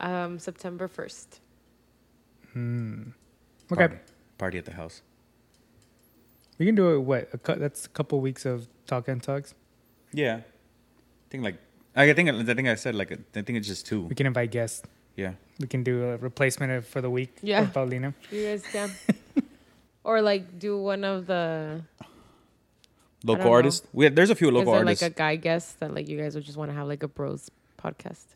D: Um, September first.
C: Okay,
B: Party, Party at the house.
C: we can do it. What? A cou- that's a couple weeks of talk and talks.
B: Yeah, I think like I think I think I said like I think it's just two.
C: We can invite guests.
B: Yeah,
C: We can do a replacement of- for the week.
D: Yeah.
C: For Paulina.
D: You guys
B: *laughs*
D: can. or like do one of the
B: local
D: know.
B: artists. We there's a few
D: is
B: local
D: there
B: artists.
D: like a guy guest that like you guys would just want to have like a bros podcast.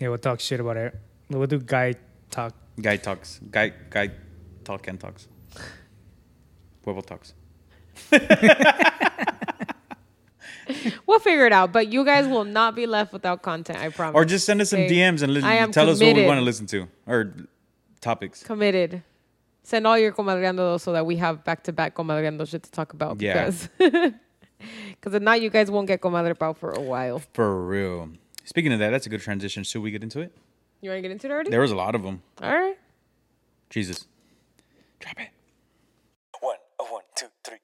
C: Yeah, we'll talk shit about it. We'll do guy talk.
B: Guy talks. Guy guy talk and
D: *laughs*
B: talks. Huevo talks.
D: We'll figure it out, but you guys will not be left without content. I promise.
B: Or just send us some
D: Okay.
B: DMs and
D: I am
B: li- tell us what we
D: committed.
B: want to listen to or topics.
D: committed. Send all your comadreando so that we have back to back comadreando shit to talk about.
B: Yeah.
D: Because *laughs* because if not, you guys won't get comadre pao for a while.
B: For real. Speaking of that, that's a good transition. Should we get into it?
D: You want to get into it already?
B: There was a lot of them.
D: All right.
B: Jesus. Drop it.
E: One, oh, one, two, three.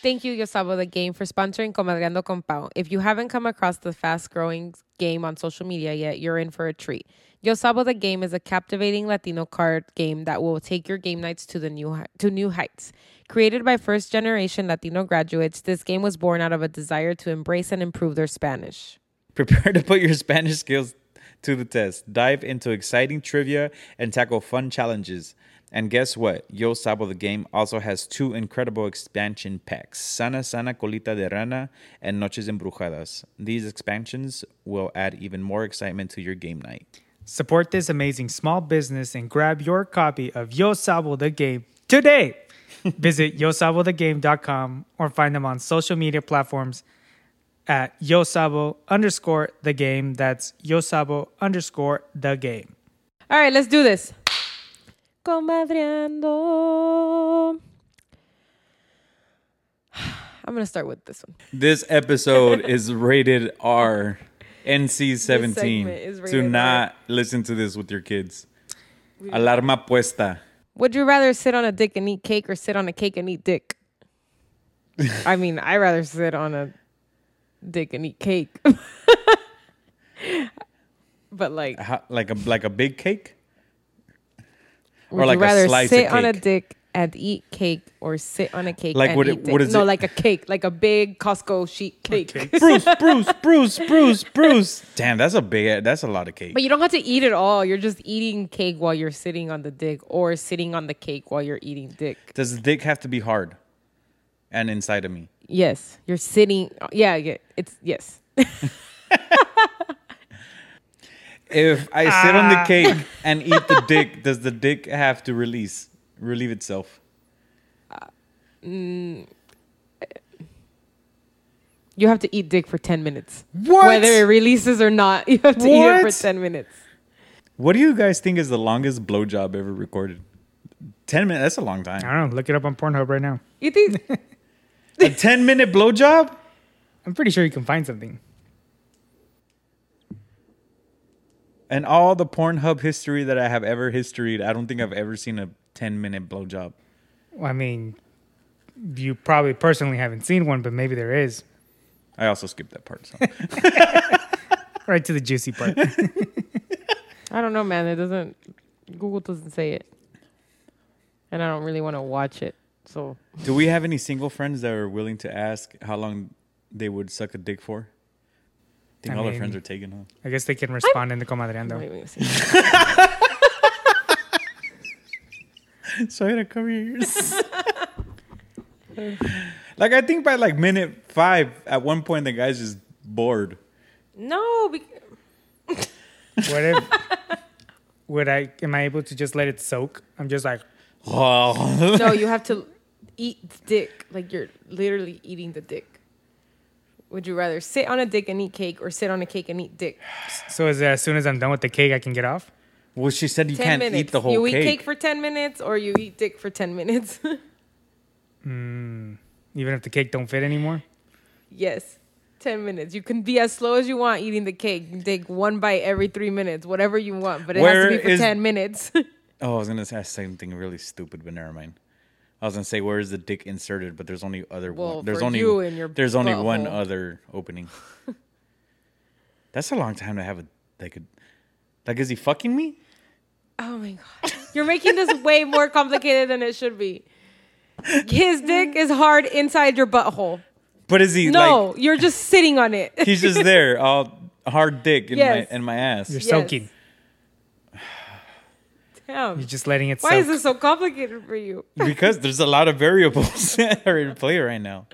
D: Thank you, Gustavo the Game, for sponsoring Comadreando con Pau. If you haven't come across the fast growing game on social media yet, you're in for a treat. Yosabo the Game is a captivating Latino card game that will take your game nights to the new hi- to new heights. Created by first generation Latino graduates, this game was born out of a desire to embrace and improve their Spanish.
B: Prepare to put your Spanish skills to the test. Dive into exciting trivia and tackle fun challenges. And guess what? Yo Sabo the Game also has two incredible expansion packs Sana Sana Colita de Rana and Noches Embrujadas. These expansions will add even more excitement to your game night.
C: Support this amazing small business and grab your copy of Yo Sabo the Game today. Visit yosabothegame.com or find them on social media platforms at yosabo underscore the game. That's yosabo underscore the game.
D: All right, let's do this. Comadreando. *sighs* I'm going to start with this one.
B: This episode is rated R NC
D: This segment is
B: 17. Do
D: rated R.
B: not listen to this with your kids. Alarma puesta.
D: Would you rather sit on a dick and eat cake or sit on a cake and eat
B: *laughs*
D: dick? I mean, I rather sit on a dick and eat cake. *laughs* but like,
B: How- like a like a big cake?
D: would
B: like a
D: you rather
B: slice of
D: sit on a
B: cake.
D: dick and eat cake or sit on a cake
B: Like,
D: and
B: what
D: eat
B: it-
D: dick?
B: what is
D: no,
B: it-
D: like a cake, like a big Costco sheet cake.
B: *laughs* Bruce, Bruce, Bruce, Bruce, Bruce. Damn, that's a big. That's a lot of cake.
D: But you don't have to eat it all. You're just eating cake while you're sitting on the dick or sitting on the cake while you're eating dick.
B: Does the dick have to be hard and inside of me?
D: Yes, you're sitting. uh, Yeah, yeah it's yes.
B: If I sit on
D: Ah.
B: the
D: *laughs*
B: cake and eat the dick, does the dick have to release, relieve itself?
D: You have to eat dick for 10 minutes.
B: What?
D: Whether it releases or not, *laughs* you have to eat it
B: What?
D: for 10 minutes.
B: What do you guys think is the longest blowjob ever recorded? Ten minutes. That's a long
C: I
D: *laughs*
B: time.
C: don't know. Look it up on Pornhub right now.
D: You
B: *laughs*
D: think?
B: A ten minute blowjob.
C: I'm pretty sure you can find something.
B: And all the Pornhub history that I have ever historied, I don't think I've ever seen a ten minute blowjob.
C: I mean, you probably personally haven't seen one, but maybe there is.
B: I also skipped that part. So. *laughs*
C: Right to the juicy part.
D: I don't know, man. It doesn't. Google doesn't say it, and I don't really want to watch it. So
B: Do we have any single friends that are willing to ask how long they would suck a dick for? I think
C: I
B: all our
C: mean-
B: friends are taken, huh?
C: I guess they can respond in the comadreando.
D: Wait, wait, see.
B: *laughs* So I had to cover your ears. *laughs* like I think by like minute five, at one point the guy's just bored.
D: no, be-
C: What if? *laughs* Would I? Am I able to just let it soak? I'm just like,
B: Oh,
D: no. You have to eat the dick like you're literally eating the dick. Would you rather sit on a dick and eat cake, or sit on a cake and eat dick?
C: so is it as soon as I'm done with the cake, I can get off.
B: *laughs* well, she said you
D: Ten
B: can't
D: minutes.
B: eat the whole
D: you
B: cake.
D: eat cake for ten minutes, or you eat dick for ten minutes. *laughs*
C: Even if the cake don't fit anymore,
D: Yes. 10 minutes. You can be as slow as you want eating the cake. You Take one bite every three minutes, whatever you want, but it has to
B: Where
D: be for
B: is-
D: 10 minutes. *laughs*
B: oh, I was gonna ask something really stupid, but never mind. I was gonna say where is the dick inserted, but there's only other
D: Well,
B: one. There's
D: for
B: only
D: you and your
B: there's only one
D: butthole.
B: other
D: *laughs*
B: opening. That's a long time to have a like a like. Is he fucking me?
D: oh my God. You're making this way more complicated than it
B: *laughs*
D: should be. His dick is hard inside your butthole.
B: But is he
D: No,
B: like
D: you're just sitting on it. *laughs*
B: he's just there, *laughs* all hard dick in
D: Yes.
B: my in my ass.
C: you're
D: Yes.
C: soaking.
D: Damn.
C: You're just letting it
D: Why
C: soak.
D: is this so complicated for you? *laughs*
B: because there's a lot of variables *laughs* that are in play right now.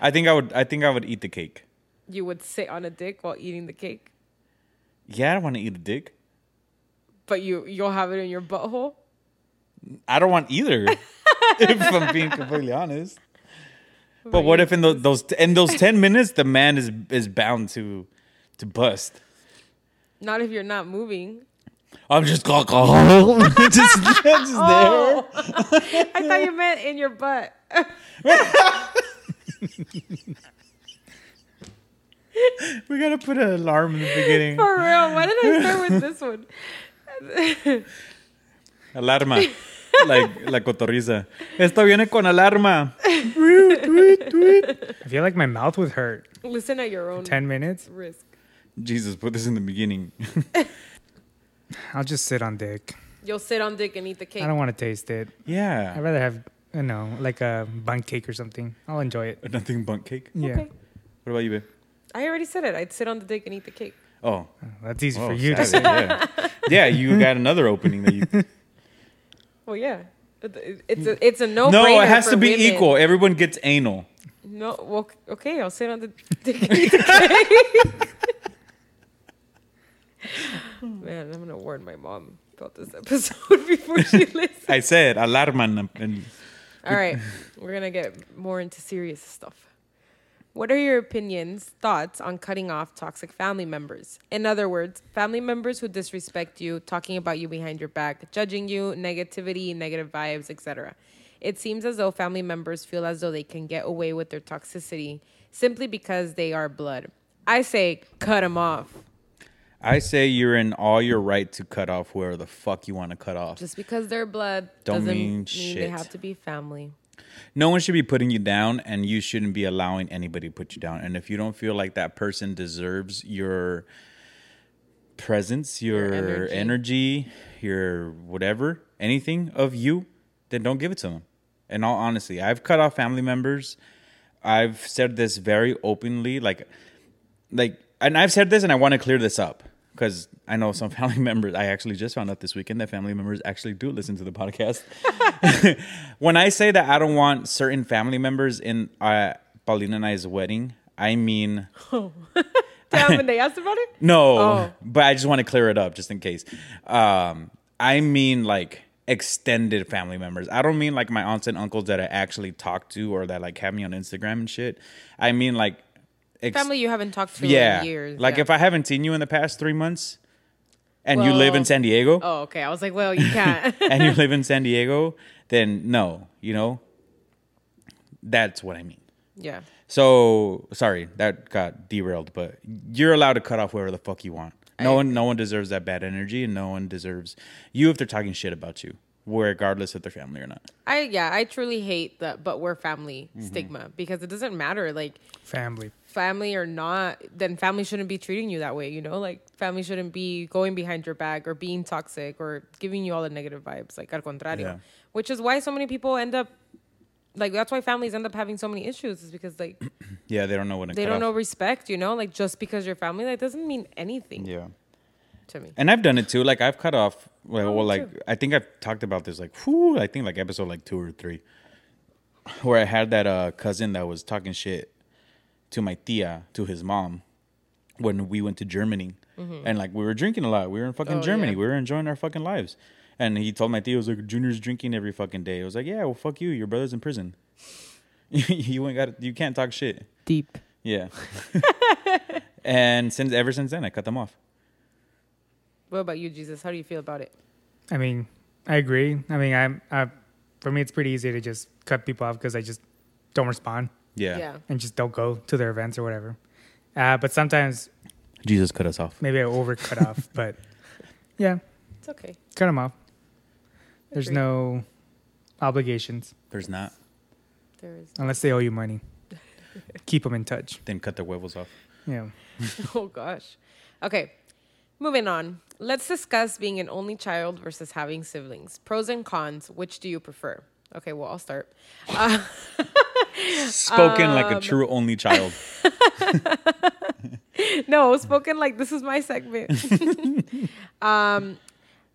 B: I think I would. I think I would eat the cake.
D: You would sit on a dick while eating the cake,
B: Yeah, I don't want to eat a dick.
D: but you, you'll have it in your butthole?
B: I don't want either. *laughs* if I'm being completely honest. But what if in tho- those in those
C: *laughs*
B: ten minutes the man is is bound to to bust?
D: Not if you're not moving.
B: I'm just alcohol. just, *laughs* just
C: Oh.
B: there.
D: I thought you meant in your butt.
B: We gotta put an alarm in the
C: *laughs*
B: beginning.
D: For real. Why did I start with this one?
B: Alarma. like la cotorriza. Esto viene con alarma.
C: I feel like my mouth would hurt.
D: *laughs* Listen at your own
C: Ten minutes,
D: risk.
B: Jesus, put this in the beginning. *laughs*
C: I'll just sit on dick.
D: You'll sit on dick and eat the cake.
C: I don't want to taste it. I'd
B: Yeah.
C: rather have, you know, like a bun cake or something. I'll enjoy it.
B: Nothing bunk cake.
C: Yeah,
D: Okay.
B: What about you, babe?
D: I already said it. I'd sit on the dick and eat the cake.
B: Oh,
C: that's easy
B: Oh,
C: for you to
B: savage,
C: say.
B: yeah. yeah, you got another opening
C: *laughs*
B: that you.
D: Well, yeah. It- It's a, it's a no.
B: Mm. no, it has to be equal. Everyone gets anal.
D: No, well, okay. I'll sit on the dick and eat the cake. *laughs* Man, I'm gonna warn my mom about this episode *laughs* before she listens.
B: I said alarman. And
D: All right, *laughs* we're gonna get more into serious stuff. What are your opinions, thoughts on cutting off toxic family members? In other words, family members who disrespect you, talking about you behind your back, judging you, negativity, negative vibes, etc. It seems as though family members feel as though they can get away with their toxicity simply because they are blood. I say cut them off.
B: I say you're in all your right to cut off whoever the fuck you want to cut off.
D: Just because they're blood
B: Don't
D: doesn't
B: mean
D: mean they
B: shit.
D: have to
B: *laughs*
D: be family.
B: no one should be putting you down, and you shouldn't be allowing anybody to put you down. And if you don't feel like that person deserves your presence, your,
D: energy.
B: energy. your whatever, anything of you, then don't give it to them. In all honesty, I've cut off family members. I've said this very openly, like, like, and I've said this, and I want to clear this up because I know some *laughs* family members. I actually just found out this weekend that family members actually do listen to the podcast. when I say that I don't want certain family members in uh, Paulina and I's wedding, I mean
D: Damn, when they asked about it,
B: no,
D: Oh.
B: but I just want to clear it up just in case. Um, I mean like extended family members. I don't mean like my aunts and uncles that I actually talk to or that like have me on Instagram and shit. I mean like ex-
D: family you haven't talked to
B: yeah.
D: in years.
B: Like
D: yeah.
B: if I haven't seen you in the past 3 months and you live
D: Well-
B: in San Diego
D: Oh, okay. I was like, well, you can't.
B: *laughs* and you
D: *laughs*
B: live in San Diego, then no, you know? That's what I mean.
D: yeah.
B: So sorry, that got derailed, but you're allowed to cut off wherever the fuck you want. No one no one deserves that bad energy and no one deserves you if they're talking shit about you. regardless if they're family or not.
D: I yeah, I truly hate the but we're family
B: Mm-hmm.
D: stigma because it doesn't matter like
C: Family.
D: family or not, then family shouldn't be treating you that way, you know? Like family shouldn't be going behind your back or being toxic or giving you all the negative vibes, like al contrario.
B: Yeah.
D: Which is why so many people end up like that's why families end up having so many issues is because like
B: Yeah, they don't know when to
D: they
B: cut
D: don't know
B: off.
D: respect, you know? Like just because you're family, like doesn't mean anything
B: Yeah.
D: to me.
B: And I've done it too. Like I've cut off. Well, well like
D: Oh, too.
B: I think I've talked about this. Like, whew, I think like episode like two or three, where I had that uh, cousin that was talking shit to my tia to his mom when we went to Germany, and like we were drinking a lot. We were in fucking
D: Mm-hmm. Oh,
B: Germany.
D: yeah.
B: We were enjoying our fucking lives. And he told my tia, he was like, "Junior's drinking every fucking day." I was like, "Yeah, well, fuck you. Your brother's in prison. *laughs* you ain't got. You can't talk shit."
D: Deep. *laughs*
B: Yeah. and since ever since then, I cut them off.
D: What about you, Jesus? How do you feel about it?
C: I mean, I agree. I mean, I'm. I, for me, it's pretty easy to just cut people off because I just don't respond
D: yeah.
C: and just don't go to their events or whatever. Uh, but sometimes
B: Jesus cut us off.
C: maybe I over cut off. But yeah,
D: It's okay.
C: cut them off. There's
D: Agreed.
C: no obligations
B: There's not.
D: There is.
C: unless they owe you money. Keep them in touch.
B: Then cut their huevos off.
C: Yeah.
D: *laughs* Oh gosh. Okay. Moving on. Let's discuss being an only child versus having siblings. Pros and cons. Which do you prefer? Okay, well, I'll start. *laughs*
B: Spoken like
D: Um,
B: a true only
D: *laughs*
B: child.
D: No, spoken like this is my segment. *laughs* um,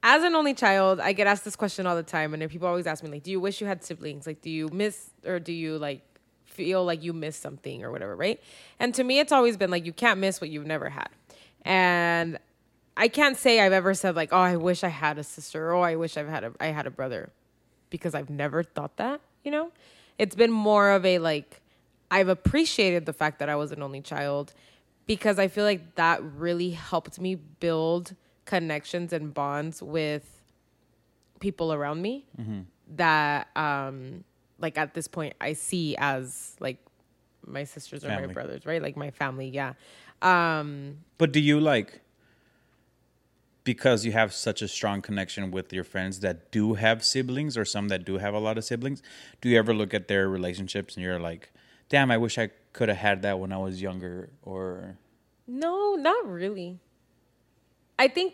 D: as an only child, I get asked this question all the time, and then people always ask me, like, do you wish you had siblings? Like, do you miss or do you like feel like you miss something or whatever, right? And to me, it's always been like you can't miss what you've never had. And I can't say I've ever said like, oh, I wish I had a sister, or oh, I wish I've had a I had a brother, because I've never thought that. You know, it's been more of a like, I've appreciated the fact that I was an only child, because I feel like that really helped me build connections and bonds with people around me that um like at this point I see as like my sisters or my
B: Family.
D: brothers, right? Like my family, yeah. Um
B: But do you like because you have such a strong connection with your friends that do have siblings or some that do have a lot of siblings, do you ever look at their relationships and you're like, damn, I wish I could have had that when I was younger or
D: No, not really. I think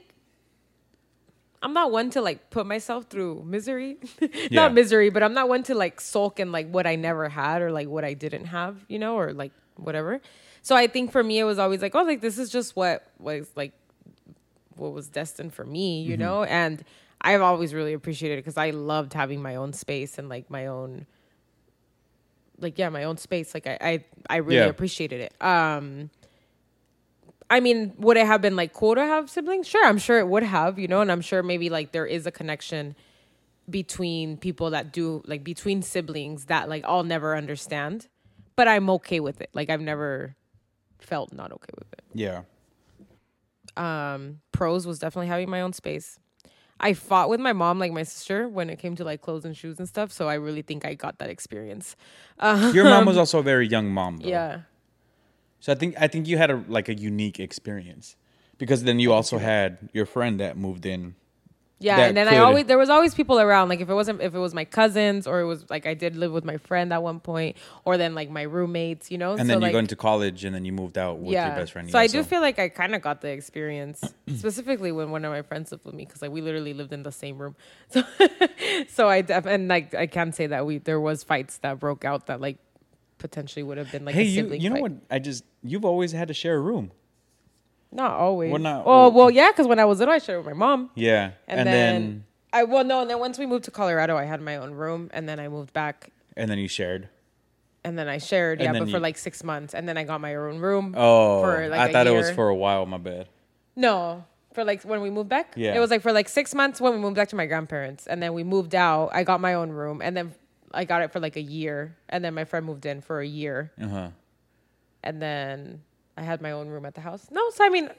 D: I'm not one to like put myself through misery. *laughs*
B: Yeah.
D: not misery, but I'm not one to like sulk in like what I never had or like what I didn't have, you know, or like whatever. So I think for me it was always like, oh, like this is just what was like what was destined for me, you know? And I've always really appreciated it because I loved having my own space and like my own like yeah, my own space. Like I I, I really
B: Yeah.
D: appreciated it. Um I mean, would it have been like cool to have siblings? Sure, I'm sure it would have, you know, and I'm sure maybe like there is a connection between people that do like between siblings that like I'll never understand, but I'm okay with it. Like I've never felt not okay with it. *laughs*
B: yeah.
D: Um, pros was definitely having my own space. I fought with my mom like my sister when it came to like clothes and shoes and stuff, so I really think I got that experience.
B: Your mom was also a very young mom though.
D: Yeah.
B: So I think I think you had a like a unique experience. Because then you also had your friend that moved in.
D: Yeah,
B: that
D: and then I
B: could-
D: always there was always people around. Like if it wasn't if it was my cousins or it was like I did live with my friend at one point, or then like my roommates, you know.
B: And then you
D: like,
B: go into college and then you moved out with your best friend.
D: So I
B: yeah,
D: do feel like I kind of got the experience *clears throat* specifically when one of my friends lived with me because like we literally lived in the same room. *laughs* So, so I def- and like I can say that we there was fights that broke out that like potentially would have been like
B: Hey,
D: a
B: you,
D: sibling
B: you know
D: fight.
B: what? I just you've always had to share a room.
D: Not always.
B: Well, not-
D: oh well, yeah, because when I was little, I shared with my mom.
B: Yeah.
D: And, then, I well no, and then once we moved to Colorado, I had my own room, and then I moved back,
B: and then you shared.
D: and then I shared,
B: And
D: yeah,
B: then
D: but for
B: you-
D: like six months, and then I got my own room.
B: Oh,
D: a
B: I thought it was
D: year.
B: for a while. My bad. *laughs*
D: no, for like when we moved back.
B: Yeah.
D: it was like for like six months when we moved back to my grandparents, and then we moved out. I got my own room, and then I got it for like a year, and then my friend moved in for a year,
B: Uh huh.
D: and then I had my own room at the house. No, so I mean,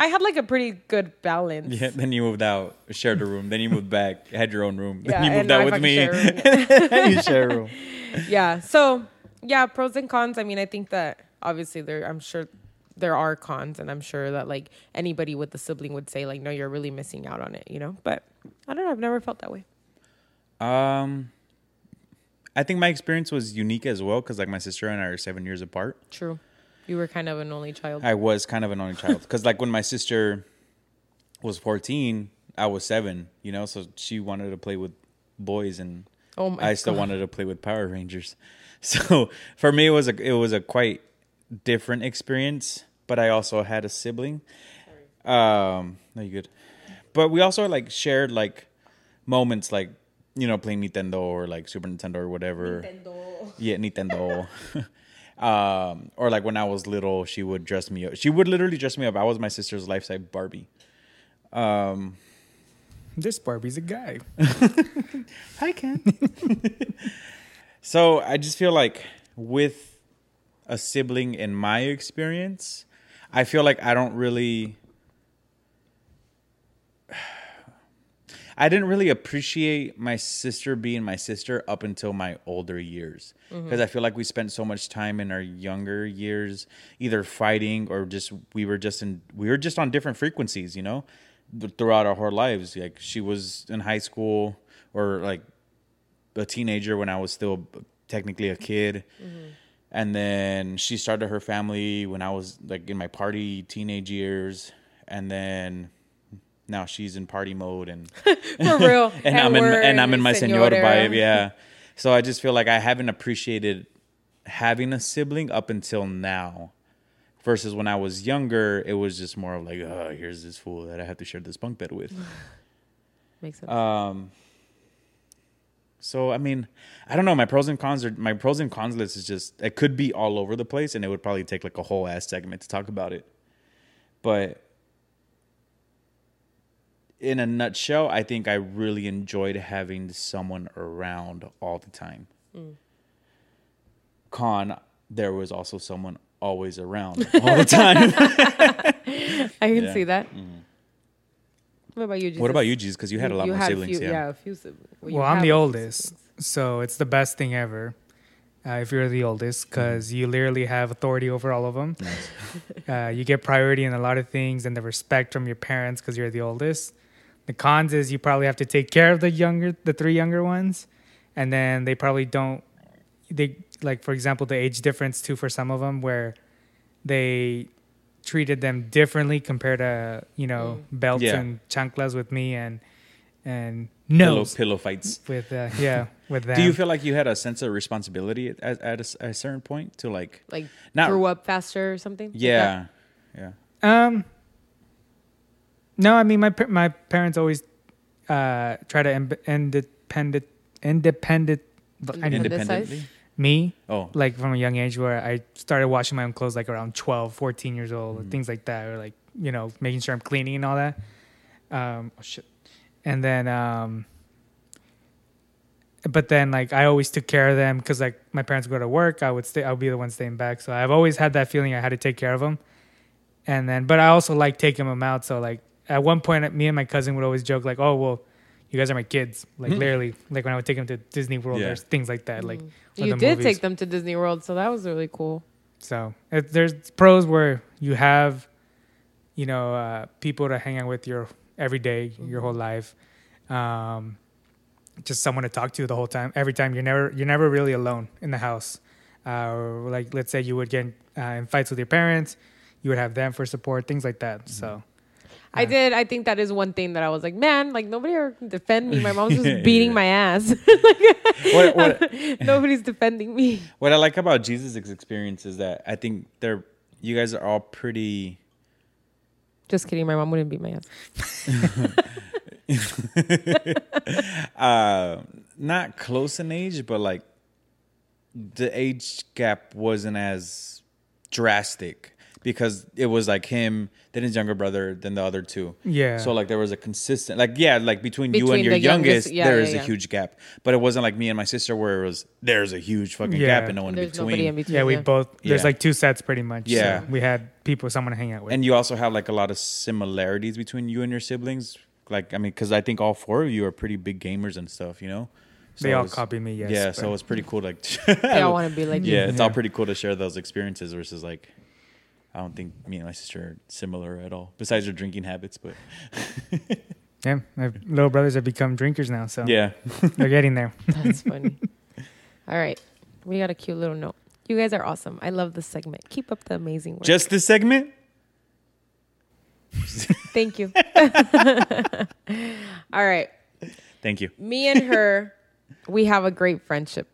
D: I had like a pretty good balance.
B: Yeah. *laughs* Then you moved out, shared a room. Then you moved back, had your own room. Then
D: Yeah,
B: you
D: and
B: moved
D: now I
B: out with
D: fucking
B: me.
D: share a room.
B: *laughs* and you share a room.
D: yeah. So yeah, pros and cons. I mean, I think that obviously there. I'm sure there are cons, and I'm sure that like anybody with a sibling would say like, no, you're really missing out on it, you know. But I don't know. I've never felt that way.
B: *laughs* Um, I think my experience was unique as well because like my sister and I are seven years apart.
D: True. You were kind of an only child.
B: I was kind of an only child because, like, when my sister was 14, I was seven, you know, so she wanted to play with boys, and
D: Oh my
B: I still
D: God.
B: wanted to play with Power Rangers. *laughs* So for me, it was a it was a quite different experience, but I also had a sibling. Um, no, you good, but we also like shared like moments like you know playing Nintendo or like Super Nintendo or whatever. Yeah, Nintendo. um, or like when I was little, she would dress me up. She would literally dress me up. I was my sister's life size Barbie.
C: This Barbie's a guy.
B: Hi, Ken. so I just feel like with a sibling in my experience, I feel like I don't really. *sighs* I didn't really appreciate my sister being my sister up until my older years because I feel like we spent so much time in our younger years either fighting or just we were just in we were just on different frequencies, you know, th- throughout our whole lives. Like she was in high school or like a teenager when I was still technically a kid. And then she started her family when I was like in my party teenage years and then now she's in party mode and
D: For real.
B: *laughs* and, I'm in
D: we're
B: and I'm in my senor
D: señora.
B: vibe, yeah. So I just feel like I haven't appreciated having a sibling up until now. Versus when I was younger, it was just more of like, oh, here's this fool that I have to share this bunk bed with.
D: Makes
B: Uh,
D: sense.
B: So I mean, I don't know. My pros and cons are my pros and cons list is just it could be all over the place, and it would probably take like a whole ass segment to talk about it. But in a nutshell, I think I really enjoyed having someone around all the time. Con, there was also someone always *laughs* around all the time.
D: I can
B: yeah. Mm-hmm.
D: see that. What about you? Jesus?
B: what about you, Jesus? Because you had a lot more
D: had
B: siblings.
D: few,
B: yeah.
D: a few siblings. you
C: Well, I'm
D: have
C: the
D: a few
C: oldest,
D: siblings.
C: so it's the best thing ever. Uh, if you're the oldest, because you literally have authority over all of them, *laughs* uh, you get priority in a lot of things and the respect from your parents because you're the oldest. The cons is you probably have to take care of the younger, the three younger ones, and then they probably don't. They like, for example, the age difference too for some of them, where they treated them differently compared to you know
D: Mm.
C: belts
B: Yeah.
C: and chanclas with me and and
B: Pillow,
C: nose
B: pillow fights.
C: with uh, yeah with them.
B: Do you feel like you had a sense of responsibility at, at, at a, s- a certain point to like,
D: Like
B: Not-
D: grew up faster or something. like that?
B: yeah, yeah,
C: um, no, I mean my par- my parents always uh, try to em- independent independent I
D: Independent.
C: need
B: independently?
C: me
D: *laughs*
B: Oh,
C: like from a young age where I started washing my own clothes like around 12, 14 years old, or things like that, or like you know making sure I'm cleaning and all that. Um, oh shit, and then um, but then like I always took care of them because like my parents would go to work, I would stay, I would be the one staying back. So I've always had that feeling I had to take care of them, and then but I also like taking them out. So like at one point, me and my cousin would always joke like, oh well. You guys are my kids, like literally, like when I would take them to Disney World,
B: Yeah.
C: there's things like that, like or
D: You
C: the
D: did
C: movies.
D: take them to Disney World, so that was really cool.
C: So it, there's pros where you have, you know, uh, people to hang out with your every day, your
B: Mm-hmm.
C: whole life, um, just someone to talk to the whole time. Every time you're never you're never really alone in the house. Uh, or like let's say you would get uh, in fights with your parents, you would have them for support, things like that.
B: Mm-hmm.
C: So
D: I did. I think that is one thing that I was like, man, like nobody ever can defend me. My
B: *laughs*
D: mom's just *laughs* beating my ass.
B: what, what,
D: Nobody's defending me.
B: what I like about Jesus' experience is that I think they're you guys are all pretty.
D: Just kidding. My mom wouldn't beat my ass.
B: uh not close in age but like the age gap wasn't as drastic because it was like him then his younger brother then the other two
C: Yeah.
B: so like there was a consistent like yeah like between, you
D: Between
B: and your
D: the youngest-
B: youngest,
D: yeah,
B: there
D: yeah,
B: is
D: yeah.
B: a huge gap but it wasn't like me and my sister where it was there's a huge fucking
C: Yeah.
B: gap and no one in
D: There's
B: between
D: nobody in between.
C: yeah, we both there's
B: Yeah.
C: like two sets pretty much. So
B: Yeah.
C: we had people someone to hang out with.
B: and you also have like a lot of similarities between you and your siblings like i mean because i think all four of you are pretty big gamers and stuff you know so
C: They all
B: it's-
C: copy me, yes,
B: yeah
C: but-
B: so it's pretty cool like *laughs*
D: They all want to be like
B: yeah
D: me.
B: it's all pretty cool to share those experiences versus like *laughs* i don't think me and my sister are similar at all besides your drinking habits but
C: Yeah, my little brothers have become drinkers now, so
B: Yeah.
C: they're getting there.
D: That's funny. All right. We got a cute little note. You guys are awesome. I love this segment. Keep up the amazing work.
B: Just this segment?
D: Thank you. *laughs* All right.
B: Thank you.
D: Me and her, *laughs* we have a great friendship,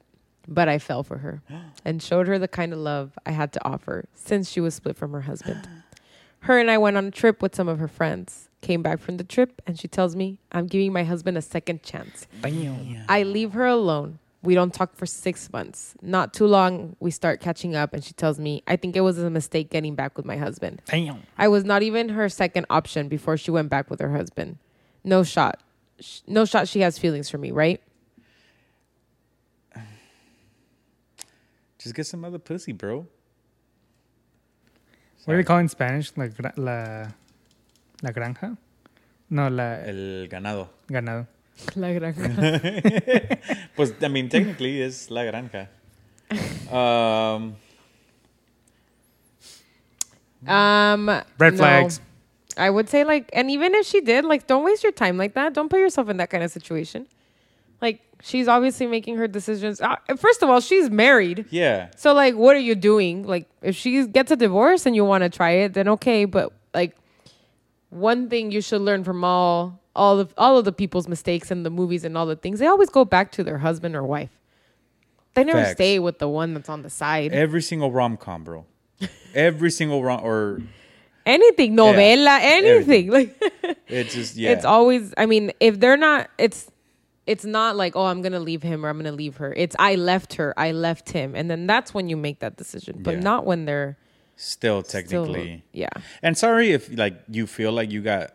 D: but I fell for her and showed her the kind of love I had to offer since she was split from her husband. Her and I went on a trip with some of her friends. Came back from the trip and she tells me, I'm giving my husband a second chance. I leave her alone. We don't talk for six months. Not too long, we start catching up, and she tells me, I think it was a mistake getting back with my husband.
C: Damn.
D: I was not even her second option before she went back with her husband. No shot. Sh- No shot she has feelings for me, right?
B: Just get some other pussy, bro.
C: What do they call it in Spanish? La, gra- la, la granja? No, la
B: El ganado.
C: ganado. *laughs*
B: Pues, I mean, technically, *laughs* it's la granja. Um,
D: Um,
C: Red
D: no.
C: flags.
D: I would say like, and even if she did, like, don't waste your time like that. Don't put yourself in that kind of situation. Like, she's obviously making her decisions. Uh, First of all, she's married.
B: yeah.
D: So like, what are you doing? Like, if she gets a divorce and you want to try it, then okay. But like, one thing you should learn from all all of all of the people's mistakes and the movies and all the things they always go back to their husband or wife. They never
B: Facts.
D: stay with the one that's on the side.
B: Every single rom com, bro. Every single rom or
D: anything, novela,
B: everything.
D: anything. *laughs* Like,
B: it's just yeah.
D: it's always. I mean, if they're not, it's it's not like oh, I'm gonna leave him or I'm gonna leave her. It's I left her, I left him, and then that's when you make that decision. But
B: Yeah.
D: not when they're
B: still
D: still-
B: technically.
D: yeah.
B: And sorry if like you feel like you got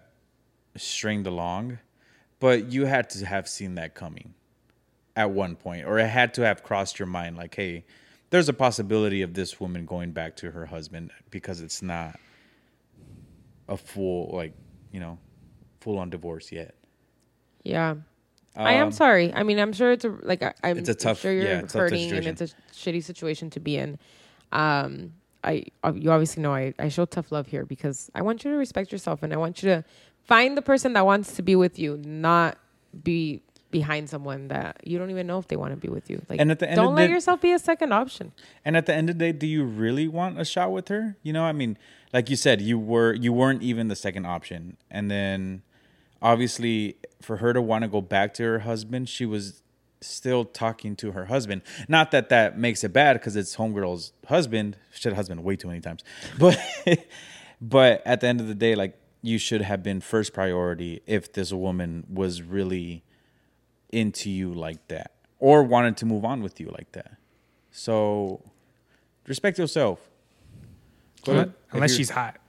B: stringed along, but you had to have seen that coming at one point, or it had to have crossed your mind like, hey, there's a possibility of this woman going back to her husband because it's not a full like you know full on divorce yet.
D: Yeah. I am sorry. I mean, I'm sure it's a like I, I'm
B: Um, It's a tough-
D: sure you're
B: yeah, it's a tough
D: hurting and it's a shitty situation to be in. Um, I uh, you obviously know I I show tough love here because I want you to respect yourself and I want you to find the person that wants to be with you, not be behind someone that you don't even know if they want to be with you. Like,
B: And at the end of
D: don't let
B: the-
D: yourself be a second option.
B: And at the end of the day, do you really want a shot with her? You know, I mean, like you said, you were you weren't even the second option. And then obviously for her to want to go back to her husband, she was still talking to her husband. Not that that makes it bad cuz it's homegirl's husband. Shit husband way too many times. *laughs* But but at the end of the day, like you should have been first priority if this woman was really into you like that or wanted to move on with you like that. So respect yourself. Go
C: Unless,
B: ahead. If
C: unless
B: you're-
C: she's hot.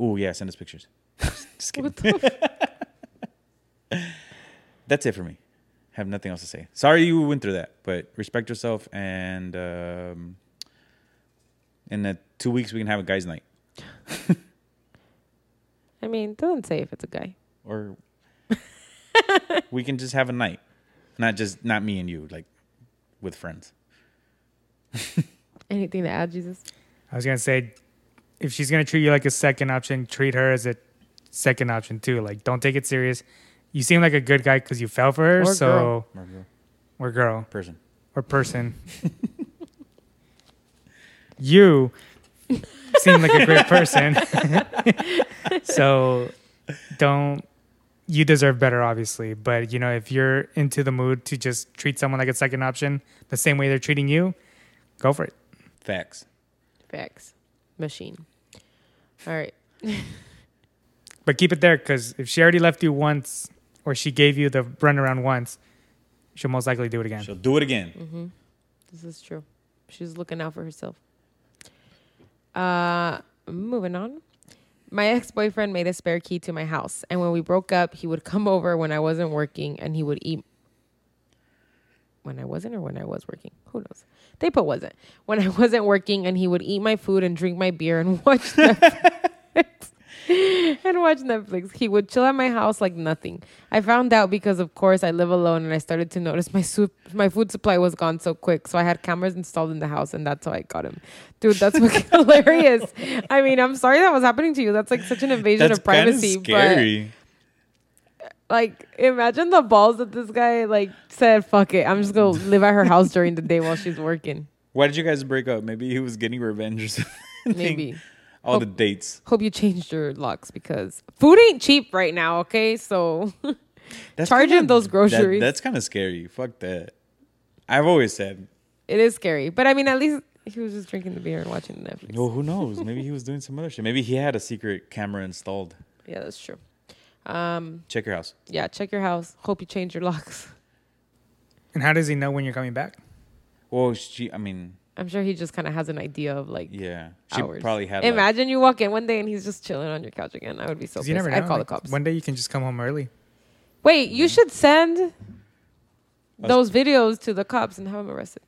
B: Ooh, yeah, send us pictures. *laughs* Just kidding.
D: What the f-
B: *laughs* That's it for me. Have nothing else to say. Sorry you went through that, but respect yourself. And um, in the two weeks, we can have a guys' night
D: I mean, it doesn't say if it's a guy. *laughs*
B: or we can just have a night. Not just, not me and you, like with friends.
D: Anything to add, Jesus?
C: I was going to say, if she's going to treat you like a second option, treat her as a second option too. Like, don't take it serious. You seem like a good guy because you fell for her.
D: Or
C: so,
D: girl.
B: Or girl,
C: or girl,
B: Person.
C: or person. you seem like a great person. *laughs* so, don't. You deserve better, obviously. But, you know, if you're into the mood to just treat someone like a second option the same way they're treating you, go for it.
B: Facts.
D: Facts. Machine. All right.
C: But keep it there because if she already left you once or she gave you the runaround once, she'll most likely do it again.
B: She'll do it again.
D: Mm-hmm. This is true. She's looking out for herself. Uh, moving on. My ex boyfriend made a spare key to my house, and when we broke up, he would come over when I wasn't working, and he would eat. When I wasn't or when I was working, who knows? They put wasn't when I *laughs* wasn't working, and he would eat my food and drink my beer and watch Netflix. *laughs* and watch Netflix. He would chill at my house like nothing. I found out because, of course, I live alone, and I started to notice my soup, my food supply was gone so quick. So I had cameras installed in the house, and that's how I got him. Dude, that's fucking *laughs* hilarious. I mean, I'm sorry that was happening to you. That's like such an invasion
B: That's
D: of
B: kind of
D: privacy. but-
B: scary.
D: Like, imagine the balls that this guy like said, "Fuck it, I'm just gonna live at her house during the day while she's working."
B: Why did you guys break up? Maybe he was getting revenge or *laughs* something.
D: Maybe. Oh.
B: All the dates.
D: Hope you changed your locks because food ain't cheap right now. Okay, so *laughs*
B: That's
D: Charge
B: kinda-
D: him those groceries.
B: That, that's kind of scary. Fuck that. I've always said,
D: it is scary. But I mean, at least he was just drinking the beer and watching Netflix.
B: well, who knows? Maybe he was doing some other shit. Maybe he had a secret camera installed.
D: Yeah, that's true. Um,
B: Check your house.
D: yeah, check your house. Hope you change your locks. *laughs*
C: And how does he know when you're coming back?
B: Well, she. I mean,
D: I'm sure he just kind of has an idea of like
B: yeah. She
D: hours.
B: probably had. like-
D: Imagine you walk in one day and he's just chilling on your couch again. I would be so
C: 'Cause
D: pissed.
C: you never know.
D: I'd call
C: like,
D: the cops.
C: One day you can just come home early.
D: Wait, you should send those videos to the cops and have them arrested.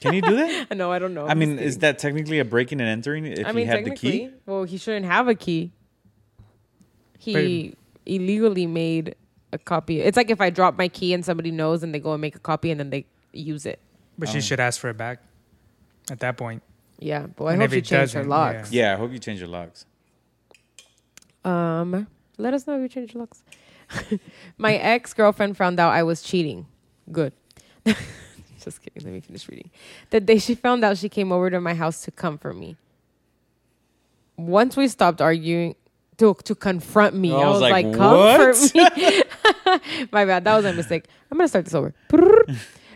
B: can you do that?
D: no, *laughs* I don't know.
B: I
D: I'm just
B: mean, is
D: kidding.
B: that technically a breaking and entering? If
D: I
B: he
D: mean,
B: had the key,
D: technically, well, he shouldn't have a key. He illegally made a copy. It's like if I drop my key and somebody knows and they go and make a copy and then they use it.
C: But
B: Um,
C: she should ask for it back at that point.
D: Yeah, but I
C: And
D: hope
C: if
D: she
C: it
D: changed her
C: doesn't,
D: locks.
B: yeah. I hope you change your locks.
D: Um, let us know if you changed your locks. *laughs* My ex girlfriend found out I was cheating. Good. *laughs* Just kidding. Let me finish reading. The day she found out, she came over to my house to comfort me. Once we stopped arguing, to, to confront me, I was, like, comfort me. *laughs* My bad. That was a mistake. I'm going to start this over.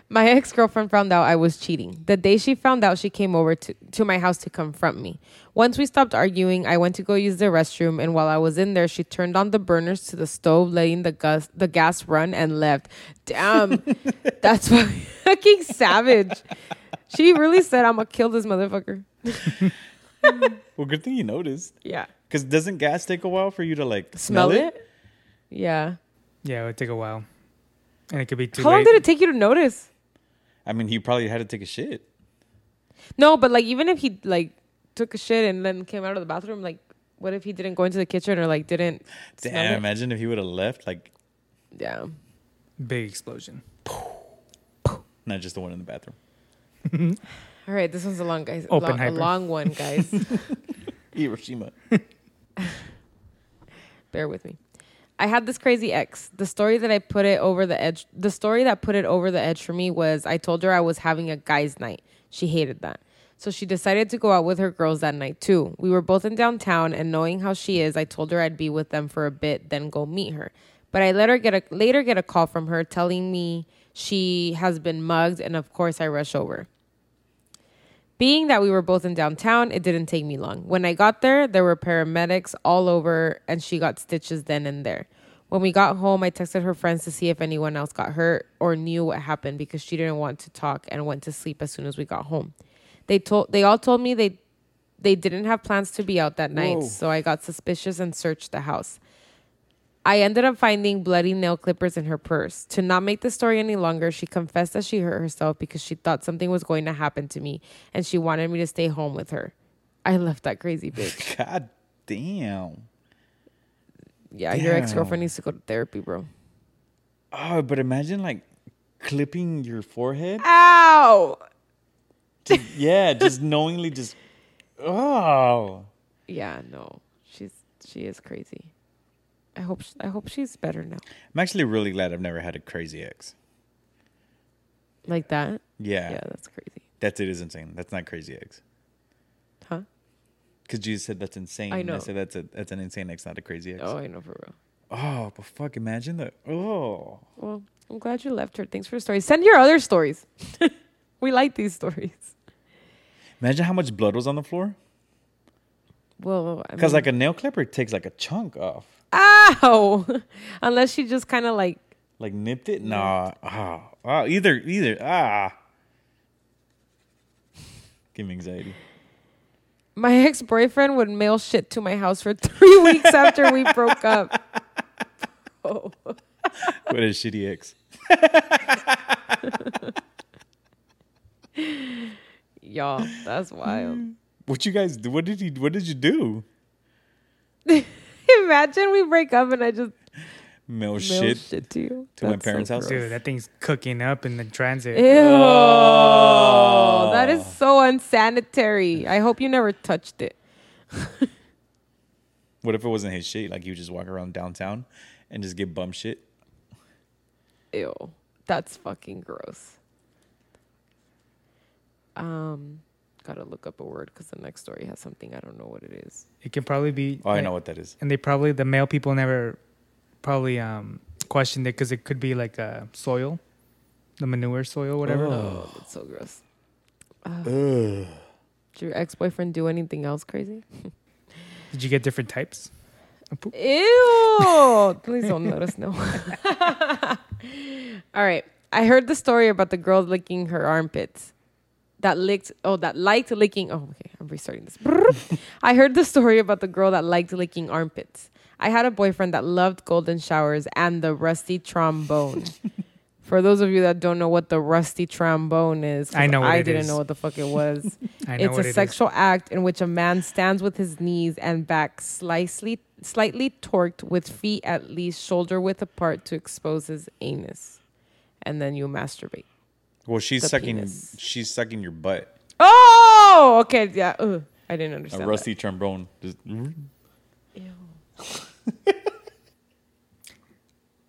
D: My ex girlfriend found out I was cheating. The day she found out, she came over to, to my house to confront me. Once we stopped arguing, I went to go use the restroom, and while I was in there, she turned on the burners to the stove, letting the gas, the gas run, and left. *laughs* Damn, that's fucking savage. She really said, I'm gonna kill this motherfucker.
B: Well, good thing you noticed.
D: Yeah.
B: Because doesn't gas take a while for you to like
D: Smell it? Yeah.
C: Yeah, it would take a while. And it could be too
D: How
C: late.
D: long did it take you to notice?
B: I mean, he probably had to take a shit.
D: No, but like even if he like took a shit and then came out of the bathroom, like what if he didn't go into the kitchen or like didn't? smell
B: Damn!
D: it?
B: Imagine if he would have left, like
D: Yeah.
C: Big explosion.
B: not just the one in the bathroom.
D: All right, this one's a long guys. Long, a
C: Oppenheimer.
D: long one, guys.
B: Hiroshima.
D: Bear with me. I had this crazy ex. The story that I put it over the edge, the story that put it over the edge for me was I told her I was having a guys' night. She hated that. So she decided to go out with her girls that night too. We were both in downtown and knowing how she is, I told her I'd be with them for a bit then go meet her. But I let her get a later get a call from her telling me she has been mugged and of course I rush over. Being that we were both in downtown, it didn't take me long. When I got there, there were paramedics all over, and she got stitches then and there. When we got home, I texted her friends to see if anyone else got hurt or knew what happened because she didn't want to talk and went to sleep as soon as we got home. They told they all told me they they didn't have plans to be out that night,
B: Whoa.
D: so I got suspicious and searched the house. I ended up finding bloody nail clippers in her purse. To not make the story any longer, she confessed that she hurt herself because she thought something was going to happen to me and she wanted me to stay home with her. I left that crazy bitch.
B: God damn.
D: Yeah, your ex
B: Damn.
D: girlfriend needs to go to therapy, bro.
B: Oh, but imagine like clipping your forehead.
D: Ow!
B: yeah, just knowingly, just oh.
D: Yeah, no. She's she is crazy. I hope sh- I hope she's better now.
B: I'm actually really glad I've never had a crazy ex.
D: Like that?
B: Yeah,
D: Yeah, that's crazy.
B: that's it. Is insane. That's not crazy ex.
D: Huh?
B: Because Jesus said that's insane.
D: I
B: and
D: know.
B: I said that's a that's an insane ex, not a crazy ex.
D: Oh,
B: Oh,
D: I know for real.
B: but fuck! Imagine that. Oh,
D: Well, I'm glad you left her. Thanks for the story. Send your other stories. *laughs* we like these stories.
B: imagine how much blood was on the floor.
D: Well, I
B: Because
D: mean-
B: like a nail clipper takes like a chunk off.
D: Ow! *laughs* Unless she just kind of like,
B: Like nipped it? Nah. Ah. ah either either. Ah. *laughs* Give me anxiety.
D: my *laughs* ex boyfriend would mail shit to my house for *laughs* three weeks after we broke up. *laughs* Oh,
B: What a shitty ex.
D: y'all, that's wild.
B: What you guys do? What did you what did you do?
D: Imagine we break up and I just
B: Mail,
D: mail
B: shit.
D: shit, to you.
B: to my parents' house?
D: gross.
C: Dude, that thing's cooking up in the transit.
D: Ew, that
B: Oh.
D: is so unsanitary. I hope you never touched it.
B: What if it wasn't his shit? Like you just walk around downtown and just get bum shit.
D: Ew, that's fucking gross. Um, gotta look up a word because the next story has something I don't know what it is.
C: It can probably be.
B: Oh, I
C: like-
B: know what that is.
C: And they probably the male people never probably um questioned it because it could be like uh, soil, the manure soil, whatever.
D: Oh, that's so gross. Ugh. *sighs* Did your ex-boyfriend do anything else crazy?
C: Did you get different types? of poop?
D: Ew! *laughs* Please don't let us know. All right. I heard the story about the girl licking her armpits. That licked, oh, that liked licking. Oh, okay. I'm restarting this. *laughs* Brrr. I heard the story about the girl that liked licking armpits. I had a boyfriend that loved golden showers and the rusty
C: *laughs*
D: trombone. For those of you that don't know what the rusty trombone is, 'cause
C: I know what
D: I
C: it
D: didn't
C: is.
D: know what the fuck it was.
C: *laughs* I know
D: it's
C: what
D: a
C: it is.
D: sexual act in which a man stands with his knees and back slightly slightly torqued with feet at least shoulder width apart to expose his anus and then you masturbate
B: Well, she's
D: The
B: sucking.
D: penis.
B: She's sucking your butt.
D: oh okay yeah ugh, i didn't
B: A
D: understand
B: rusty trombone. Just,
D: that. Ew.